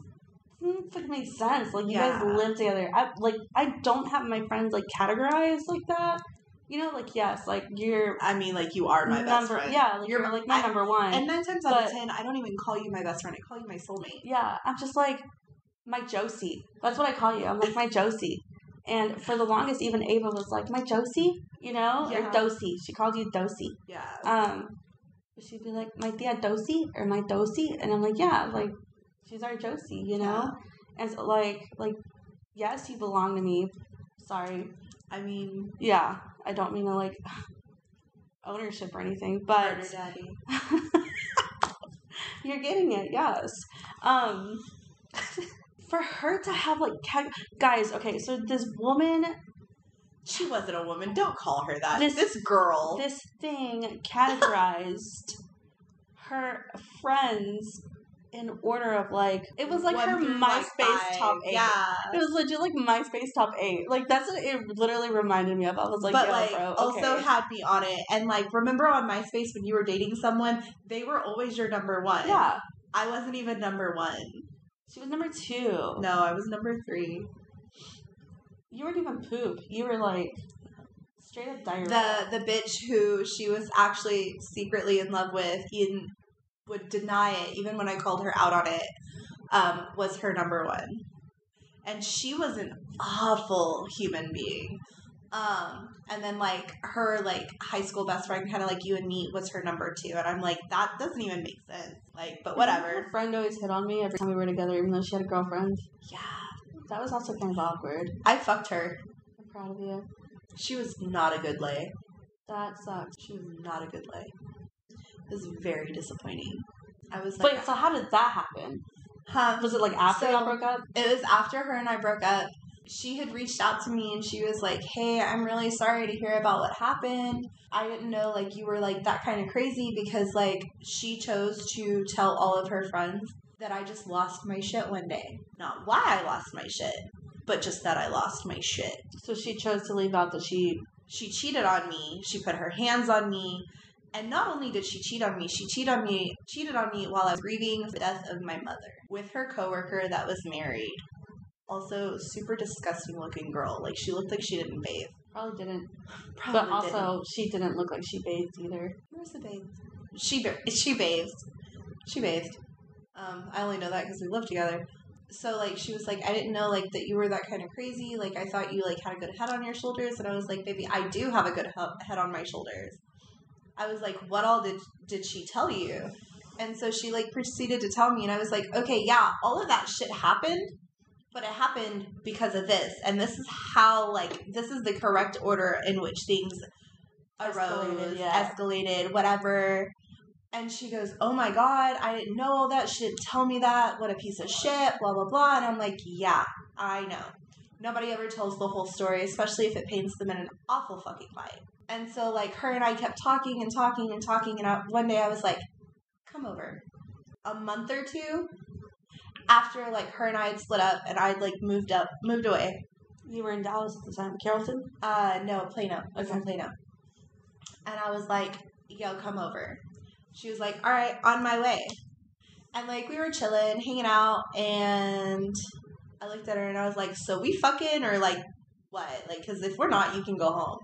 A: Doesn't fucking make sense. Like you guys
B: Yeah.
A: live together. I, like I don't have my friends like categorized like that. You know, like yes, like you're
B: I mean, like you are my best
A: number,
B: friend.
A: Yeah, like
B: You're
A: you're,
B: my-
A: like my
B: I-
A: number one.
B: And nine times out of
A: But-
B: ten, I don't even call you my best friend. I call you my soulmate.
A: yeah, I'm just like my Josie. That's what I call you. I'm like my Josie. And for the longest, even Ava was like my Josie, you know,
B: Yeah.
A: or Dosie. She called you Dosie.
B: Yeah.
A: Um, she'd be like my tia Dosie or my Dosie, and I'm like, yeah, like she's our Josie, you know. And so, like, like yes, you belong to me. Sorry,
B: I mean,
A: yeah, I don't mean to like [SIGHS] ownership or anything, but
B: murder daddy.
A: You're getting it, yes. Um, [LAUGHS] for her to have like ca- guys, okay, so this woman,
B: She wasn't a woman. Don't call her that. This,
A: This-
B: girl.
A: this thing categorized
B: [LAUGHS]
A: her friends in order of like it was like
B: One
A: her
B: through,
A: MySpace
B: like, five.
A: top eight.
B: Yeah.
A: It was legit like MySpace top eight. Like that's what it literally reminded me of. I was like,
B: but
A: yo,
B: like
A: bro,
B: also
A: okay.
B: had me on it. And like remember on MySpace when you were dating someone, they were always your number one.
A: yeah,
B: I wasn't even number one.
A: she was number two.
B: No, I was number three.
A: You weren't even poop. You were like straight up diarrhea.
B: The the bitch who she was actually secretly in love with and would deny it even when I called her out on it, um, was her number one. And she was an awful human being. Um, and then like her like high school best friend, kind of like you and me, was her number two, and I'm like that doesn't even make sense. Like,
A: [LAUGHS]
B: but whatever.
A: Her friend always hit on me every time we were together, even though she had a girlfriend.
B: Yeah,
A: That was also kind of awkward.
B: I fucked her.
A: I'm proud of you.
B: She was not a good lay.
A: That sucks.
B: She was not a good lay. It was very disappointing. I was like,
A: Wait, so how did that happen?
B: huh?
A: Was it like after
B: So-
A: y'all broke up?
B: it was after her and I broke up. She had reached out to me and she was like, "Hey, I'm really sorry to hear about what happened. I didn't know like you were like that kind of crazy because like she chose to tell all of her friends that I just lost my shit one day. Not why I lost my shit, but just that I lost my shit.
A: So she chose to leave out that she
B: She cheated on me. She put her hands on me. And not only did she cheat on me, she cheated on me cheated on me while I was grieving the death of my mother with her coworker that was married. Also, super disgusting looking girl. Like she looked like she didn't bathe.
A: probably didn't.
B: Probably
A: but also,
B: didn't.
A: she didn't look like she bathed either.
B: where's the bathe? She ba- she bathed. She bathed. Um, I only know that because we lived together. So like she was like, I didn't know like that you were that kind of crazy. Like I thought you like had a good head on your shoulders, and I was like, baby, I do have a good he- head on my shoulders. I was like, what all did did she tell you? And so she like proceeded to tell me, and I was like, okay, yeah, all of that shit happened, but it happened because of this, and this is how like this is the correct order in which things arose,
A: Escalated,
B: escalated,
A: yeah.
B: whatever. And she goes, oh my god, I didn't know all that shit. Tell me that. What a piece of shit. Blah blah blah. And I'm like, yeah, I know. Nobody ever tells the whole story, especially if it paints them in an awful fucking light. And so, like, her and I kept talking and talking and talking. And I, one day I was like, come over. A month or two after, like, her and I had split up and I'd, like, moved up, moved away.
A: You were in Dallas at the time, Carrollton.
B: Uh, no, Plano. I was in
A: Okay.
B: Plano. And I was like, yo, come over. She was like, all right, on my way. And like, we were chilling, hanging out, and I looked at her and I was like, so we fucking or like what? Like, cause if we're not, you can go home.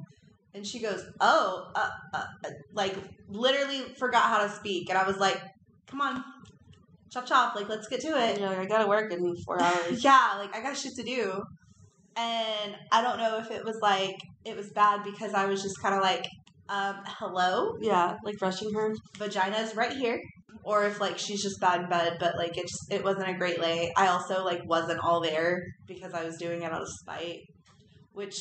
B: And she goes, oh, uh, uh, uh," like literally forgot how to speak. And I was like, come on, chop chop, like, let's get to it
A: And you're like, I gotta work in [LAUGHS] four hours.
B: yeah, like I got shit to do. And I don't know if it was like it was bad because I was just kind of like, um, hello,
A: yeah, like rushing her.
B: vagina's right here, or if like she's just bad in bed, but like it just it wasn't a great lay. I also like wasn't all there because I was doing it out of spite, which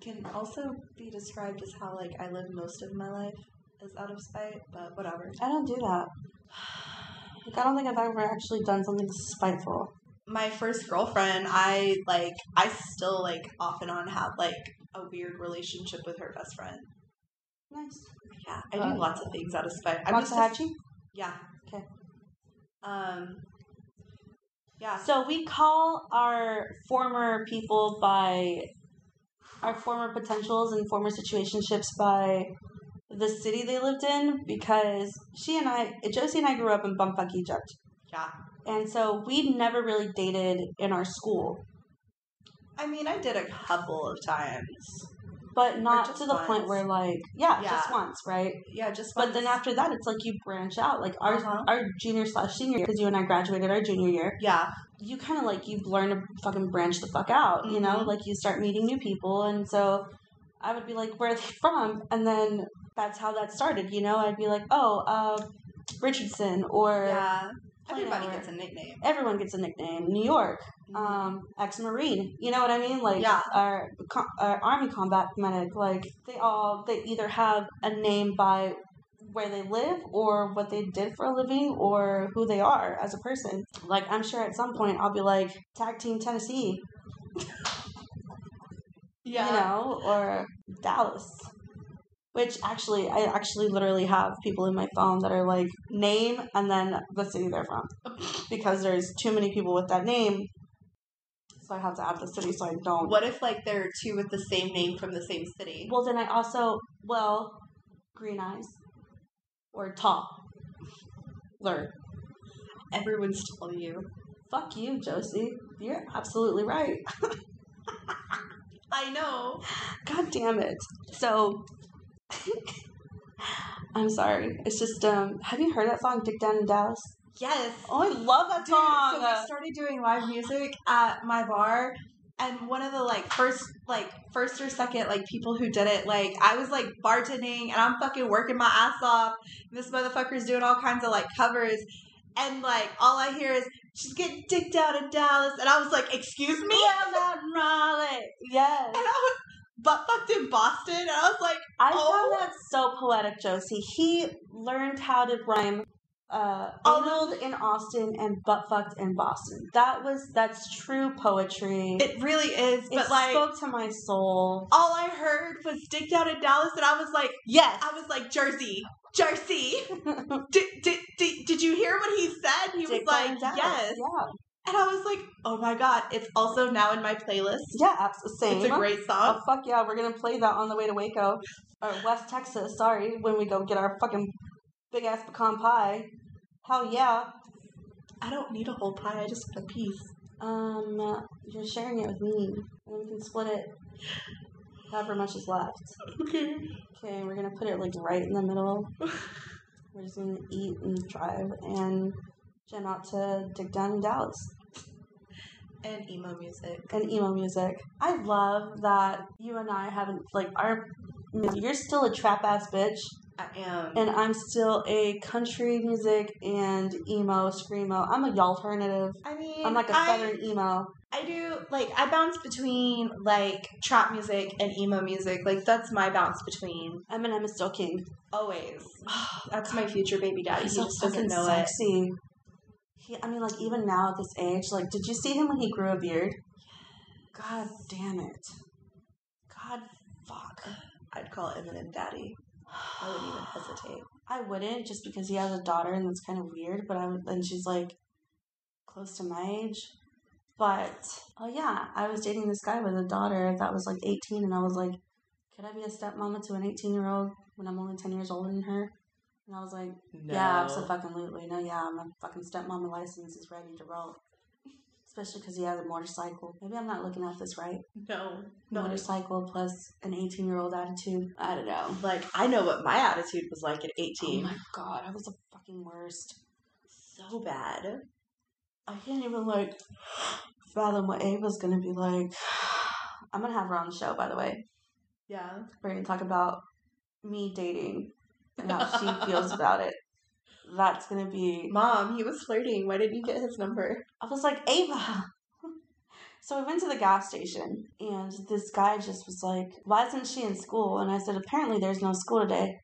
B: can also be described as how like I live most of my life is out of spite, but whatever.
A: I don't do that. Like, I don't think I've ever actually done something spiteful.
B: my first girlfriend, I like I still like off and on have like a weird relationship with her best friend.
A: Nice.
B: Yeah, I do
A: Oh.
B: lots of things out of spite. I'm just a,
A: Waxahachie?
B: yeah.
A: Okay.
B: Um. Yeah.
A: So we call our former people by our former potentials and former situationships by the city they lived in because she and I, Josie and I grew up in Bumfuck, Egypt.
B: Yeah.
A: And so we never really dated in our school,
B: I mean, I did a couple of times.
A: but not
B: just
A: to the point
B: once.
A: where, like, yeah, just
B: Yeah.
A: once, right?
B: Yeah, just
A: But
B: once.
A: then after that, it's like you branch out. Like our
B: Uh-huh.
A: our junior slash senior year, because you and I graduated our junior year,
B: yeah,
A: you kind of like you learn to fucking branch the fuck out, you know?
B: Mhm.
A: Like you start meeting new people, and so I would be like, "Where are they [LAUGHS] from?" And then that's how that started, you know? I'd be like, "Oh, uh, Richardson," or
B: yeah.
A: Plano
B: Everybody
A: or-
B: gets a nickname.
A: everyone gets a nickname, New York, um, ex-marine. You know what I mean? Like
B: Mm-hmm. Yeah.
A: our, co- our army combat medic. Like they all they either have a name by where they live or what they did for a living or who they are as a person. Like I'm sure at some point I'll be like tag team Tennessee,
B: yeah.
A: you know, or Dallas. Which actually, I actually literally have people in my phone that are like name and then the city they're
B: [LAUGHS]
A: from, because there's too many people with that name. So I have to add the city so I don't
B: What if like there are two with the same name from the same city?
A: Well, then I also well, green eyes or tall. Learn.
B: Everyone's telling you.
A: Fuck you, Josie. You're absolutely right. [LAUGHS]
B: I know.
A: God damn it. So, [LAUGHS] I'm sorry. It's just um. Have you heard that song, "Dick Down in Dallas"?
B: Yes.
A: Oh, I love that
B: Dude,
A: song.
B: so we started doing live music at my bar and one of the like first like first or second like people who did it like i was like bartending and i'm fucking working my ass off and this motherfucker's doing all kinds of like covers and like all i hear is she's getting dicked out in dallas and i was like excuse me
A: Well, out in Raleigh. Yes.
B: [LAUGHS] and i was butt fucked in boston and i was like
A: I
B: Oh.
A: found that so poetic, Josie. He learned how to rhyme uh,
B: Oh.
A: anal in Austin and butt fucked in Boston. That was that's true poetry.
B: it really is
A: It
B: but like
A: spoke to my soul.
B: all i heard was dicked out in dallas and i was like
A: Yes,
B: I was
A: [LAUGHS]
B: like, Jersey, Jersey. did, did, did, did you hear what he said? He was
A: Dick Van
B: like,
A: Dyke.
B: yes.
A: yeah,
B: And I was like, oh my God, it's also now in my playlist.
A: yeah, abs- same.
B: It's a great
A: Oh
B: song.
A: fuck yeah, we're gonna play that on the way to Waco or West Texas. Sorry, when we go get our fucking big ass pecan pie. Hell yeah.
B: I don't need a whole pie, I just want a
A: [LAUGHS]
B: piece.
A: Um, you're sharing it with me, and we can split it. However much is left.
B: Okay.
A: Okay, we're gonna put it like right in the middle. We're just gonna eat and drive and jam out to Dick Down in Dallas
B: And emo music.
A: and emo music. I love that you and I haven't like our. You're still a trap ass bitch,
B: I am.
A: and I'm still a country music and emo screamo. I'm a alternative.
B: I mean,
A: I'm like a
B: I-
A: southern emo.
B: I do, like, I bounce between, like, trap music and emo music. Like, that's my bounce between.
A: Eminem is still king. [SIGHS]
B: Always. That's my future baby daddy. He
A: He's so
B: just doesn't
A: fucking
B: know it.
A: sexy. He, I mean, like even now at this age, like, did you see him when he grew a beard? God damn it! God fuck!
B: I'd call Eminem daddy. I wouldn't even hesitate.
A: I wouldn't just because he has a daughter and that's kind of weird. But I'm and she's like close to my age. But oh yeah, I was dating this guy with a daughter that was like 18, and I was like, could I be a stepmama to an 18 year old when I'm only 10 years older than her? And I was like, Yeah, absolutely. No, yeah, my fucking stepmama license is ready to roll. Especially because he has a motorcycle. Maybe I'm not looking at this right.
B: No, no.
A: Motorcycle plus an 18 year old attitude. I don't know.
B: Like I know what my attitude was like at
A: Oh
B: eighteen.
A: my god, I was the fucking worst.
B: so bad.
A: I can't even like fathom what Ava's gonna be like. I'm gonna have her on the show, by the way.
B: Yeah.
A: We're gonna talk about me dating and how [LAUGHS] she feels about it. That's gonna be
B: Mom, he was flirting. Why didn't you get his number?
A: I was like, Ava. [LAUGHS] So we went to the gas station, and this guy just was like, Why isn't she in school? And I said, Apparently there's no school today.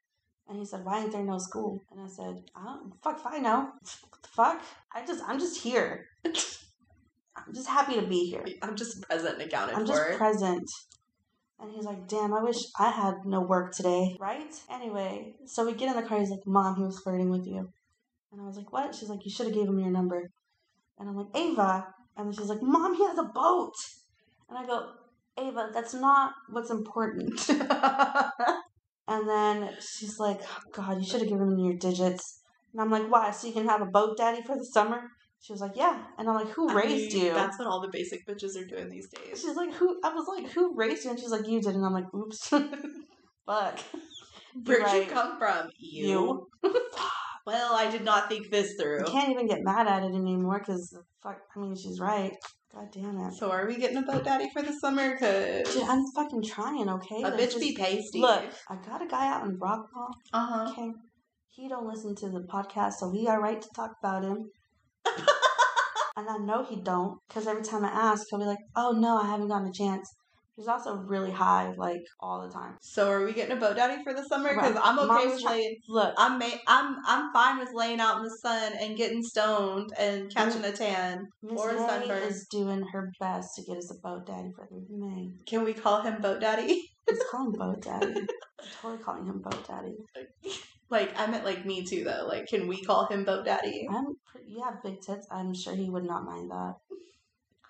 A: And he said, Why ain't there no school? And I said, I don't fuck if I know. [LAUGHS] What the fuck? I just I'm just here. [LAUGHS] I'm just happy to be here.
B: I'm just present and accounted
A: I'm just
B: for.
A: present. And he's like, damn, I wish I had no work today, right? Anyway, so we get in the car. He's like, mom, he was flirting with you. And I was like, what? She's like, you should have gave him your number. And I'm like, Ava. And then she's like, mom, he has a boat. And I go, Ava, that's not what's important. [LAUGHS] And then she's like, God, you should have given him your digits. And I'm like, why? So you can have a boat daddy for the summer? She was like, yeah. And I'm like, who
B: I
A: raised
B: mean,
A: you?
B: That's what all the basic bitches are doing these days.
A: She's like, who? I was like, who raised you? And she's like, you did. And I'm like, oops. [LAUGHS] Fuck.
B: Where'd
A: right.
B: you come from? You.
A: You.
B: well, I did not think this
A: You
B: through.
A: can't even get mad at it anymore because, fuck, I mean, she's right. God damn it.
B: So are we getting a boat daddy for the summer? Cause
A: Dude, I'm fucking trying, okay?
B: a
A: Like,
B: bitch
A: just-
B: be pasty.
A: Look, I got a guy out in Rockville.
B: Uh huh.
A: Okay. He don't listen to the podcast, so we are right to talk about
B: [LAUGHS]
A: him. and I know he don't, because every time I ask, he'll be like, oh, no, I haven't gotten a chance. He's also really high, like, all the time.
B: So are we getting a boat daddy for the summer? Because
A: Right.
B: I'm okay
A: Mama's
B: with
A: try-
B: laying
A: Look,
B: I'm ma- I'm I'm fine with laying out in the sun and getting stoned and catching a tan.
A: Miss
B: Or
A: May
B: sunburn.
A: is doing her best to get us a boat daddy for the May.
B: Can we call him Boat Daddy? [LAUGHS]
A: Let's call him boat daddy. I'm totally calling him boat daddy.
B: Like I meant like me too though. Like can we call him Boat Daddy?
A: I'm pretty, you have big tits. I'm sure he would not mind that.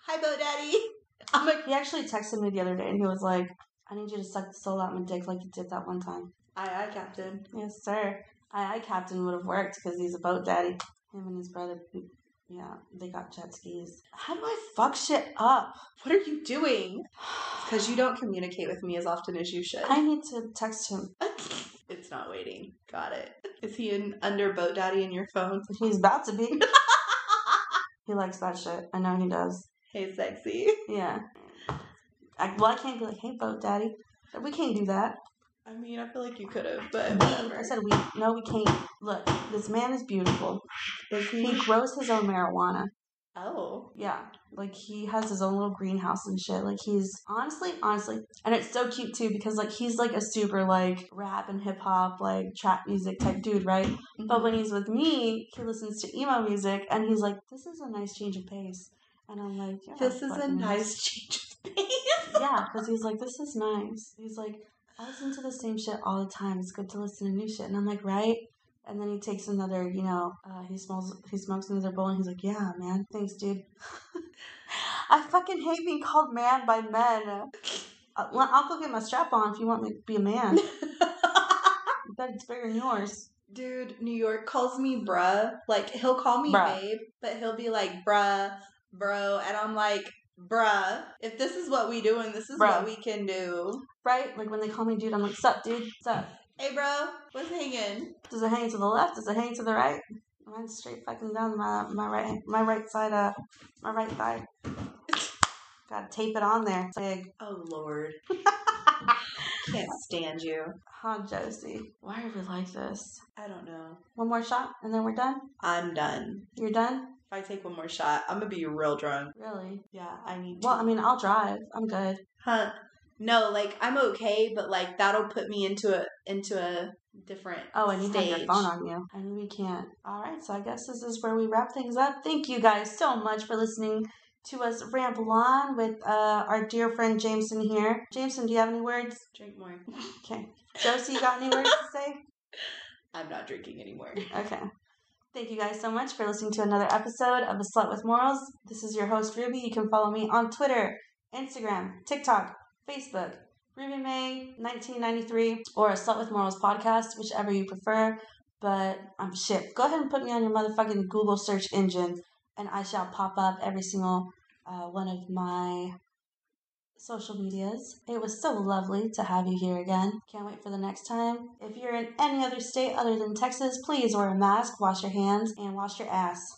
B: Hi Boat Daddy. [LAUGHS] I'm like
A: He actually texted me the other day and he was like, "I need you to suck the soul out my dick like you did that one time."
B: aye aye Captain.
A: Yes, sir. I, I captain would have worked because he's a boat daddy. Him and his brother, yeah, they got jet skis. How do I fuck shit up? [SIGHS]
B: What are you doing? Because you don't communicate with me as often as you should.
A: I need to text him.
B: [LAUGHS] it's not waiting. Got it. Is he in under Boat Daddy in your phone? [LAUGHS]
A: He's about to be. he likes that shit. I know he does.
B: Hey sexy.
A: Yeah. I, well, I can't be like, hey, boat daddy. We can't do that.
B: I mean, I feel like you could have,
A: [LAUGHS]
B: but
A: We, I said we. No, we can't. Look, this man is beautiful.
B: Does
A: He grows his own marijuana.
B: Oh.
A: Yeah, like he has his own little greenhouse and shit. Like he's honestly, honestly, and it's so cute too because like he's like a super like rap and hip hop like trap music type dude, right?
B: Mm-hmm.
A: But when he's with me, he listens to emo music and he's like, "This is a nice change of pace," and I'm like, "Yeah,
B: this is a
A: fucking
B: nice change of [LAUGHS] pace.
A: yeah, because he's like, this is nice. He's like, I listen to the same shit all the time. It's good to listen to new shit. And I'm like, right? And then he takes another, you know, uh, he smells, he smokes another bowl, and he's like, yeah, man, thanks, dude. [LAUGHS] I fucking hate being called man by men. Uh, well, I'll go get my strap on if you want me to be a man. bet it's bigger than yours.
B: Dude, New York calls me bruh. Like he'll call me
A: Bruh.
B: babe, but he'll be like bruh, bro, and I'm like bruh. If this is what we do and this is
A: Bruh.
B: what we can do,
A: Right? Like when they call me dude, I'm like, sup, dude, sup.
B: hey bro, what's hanging?
A: Does it hang to the left? Does it hang to the right? Mine's straight fucking down my my right my right side uh my right thigh. Gotta tape it on there. Big.
B: Oh lord, [LAUGHS] can't stand you.
A: Huh, Josie. Why are we like this?
B: I don't know.
A: One more shot and then we're done?
B: I'm done.
A: You're done?
B: If I take one more shot, I'm gonna be real drunk.
A: Really?
B: Yeah, I need.
A: Well, I mean I'll drive. I'm good.
B: Huh. No, like I'm okay, but like that'll put me into a into a different
A: Oh, and you
B: stage.
A: have your phone on you. And we can't. Alright, so I guess this is where we wrap things up. Thank you guys so much for listening to us ramble on with uh, our dear friend Jameson here. Jameson, do you have any words?
B: Drink more.
A: Okay. Josie, you got any words to say?
B: I'm not drinking anymore.
A: Okay. Thank you guys so much for listening to another episode of A Slut with Morals. This is your host, Ruby. You can follow me on Twitter, Instagram, TikTok, Facebook, Ruby May 1993, or A Slut with Morals podcast, whichever you prefer. But I'm shit. Go ahead and put me on your motherfucking Google search engine, and I shall pop up every single uh, one of my social medias. It was so lovely to have you here again. Can't wait for the next time. If you're in any other state other than Texas, please wear a mask, wash your hands, and wash your ass.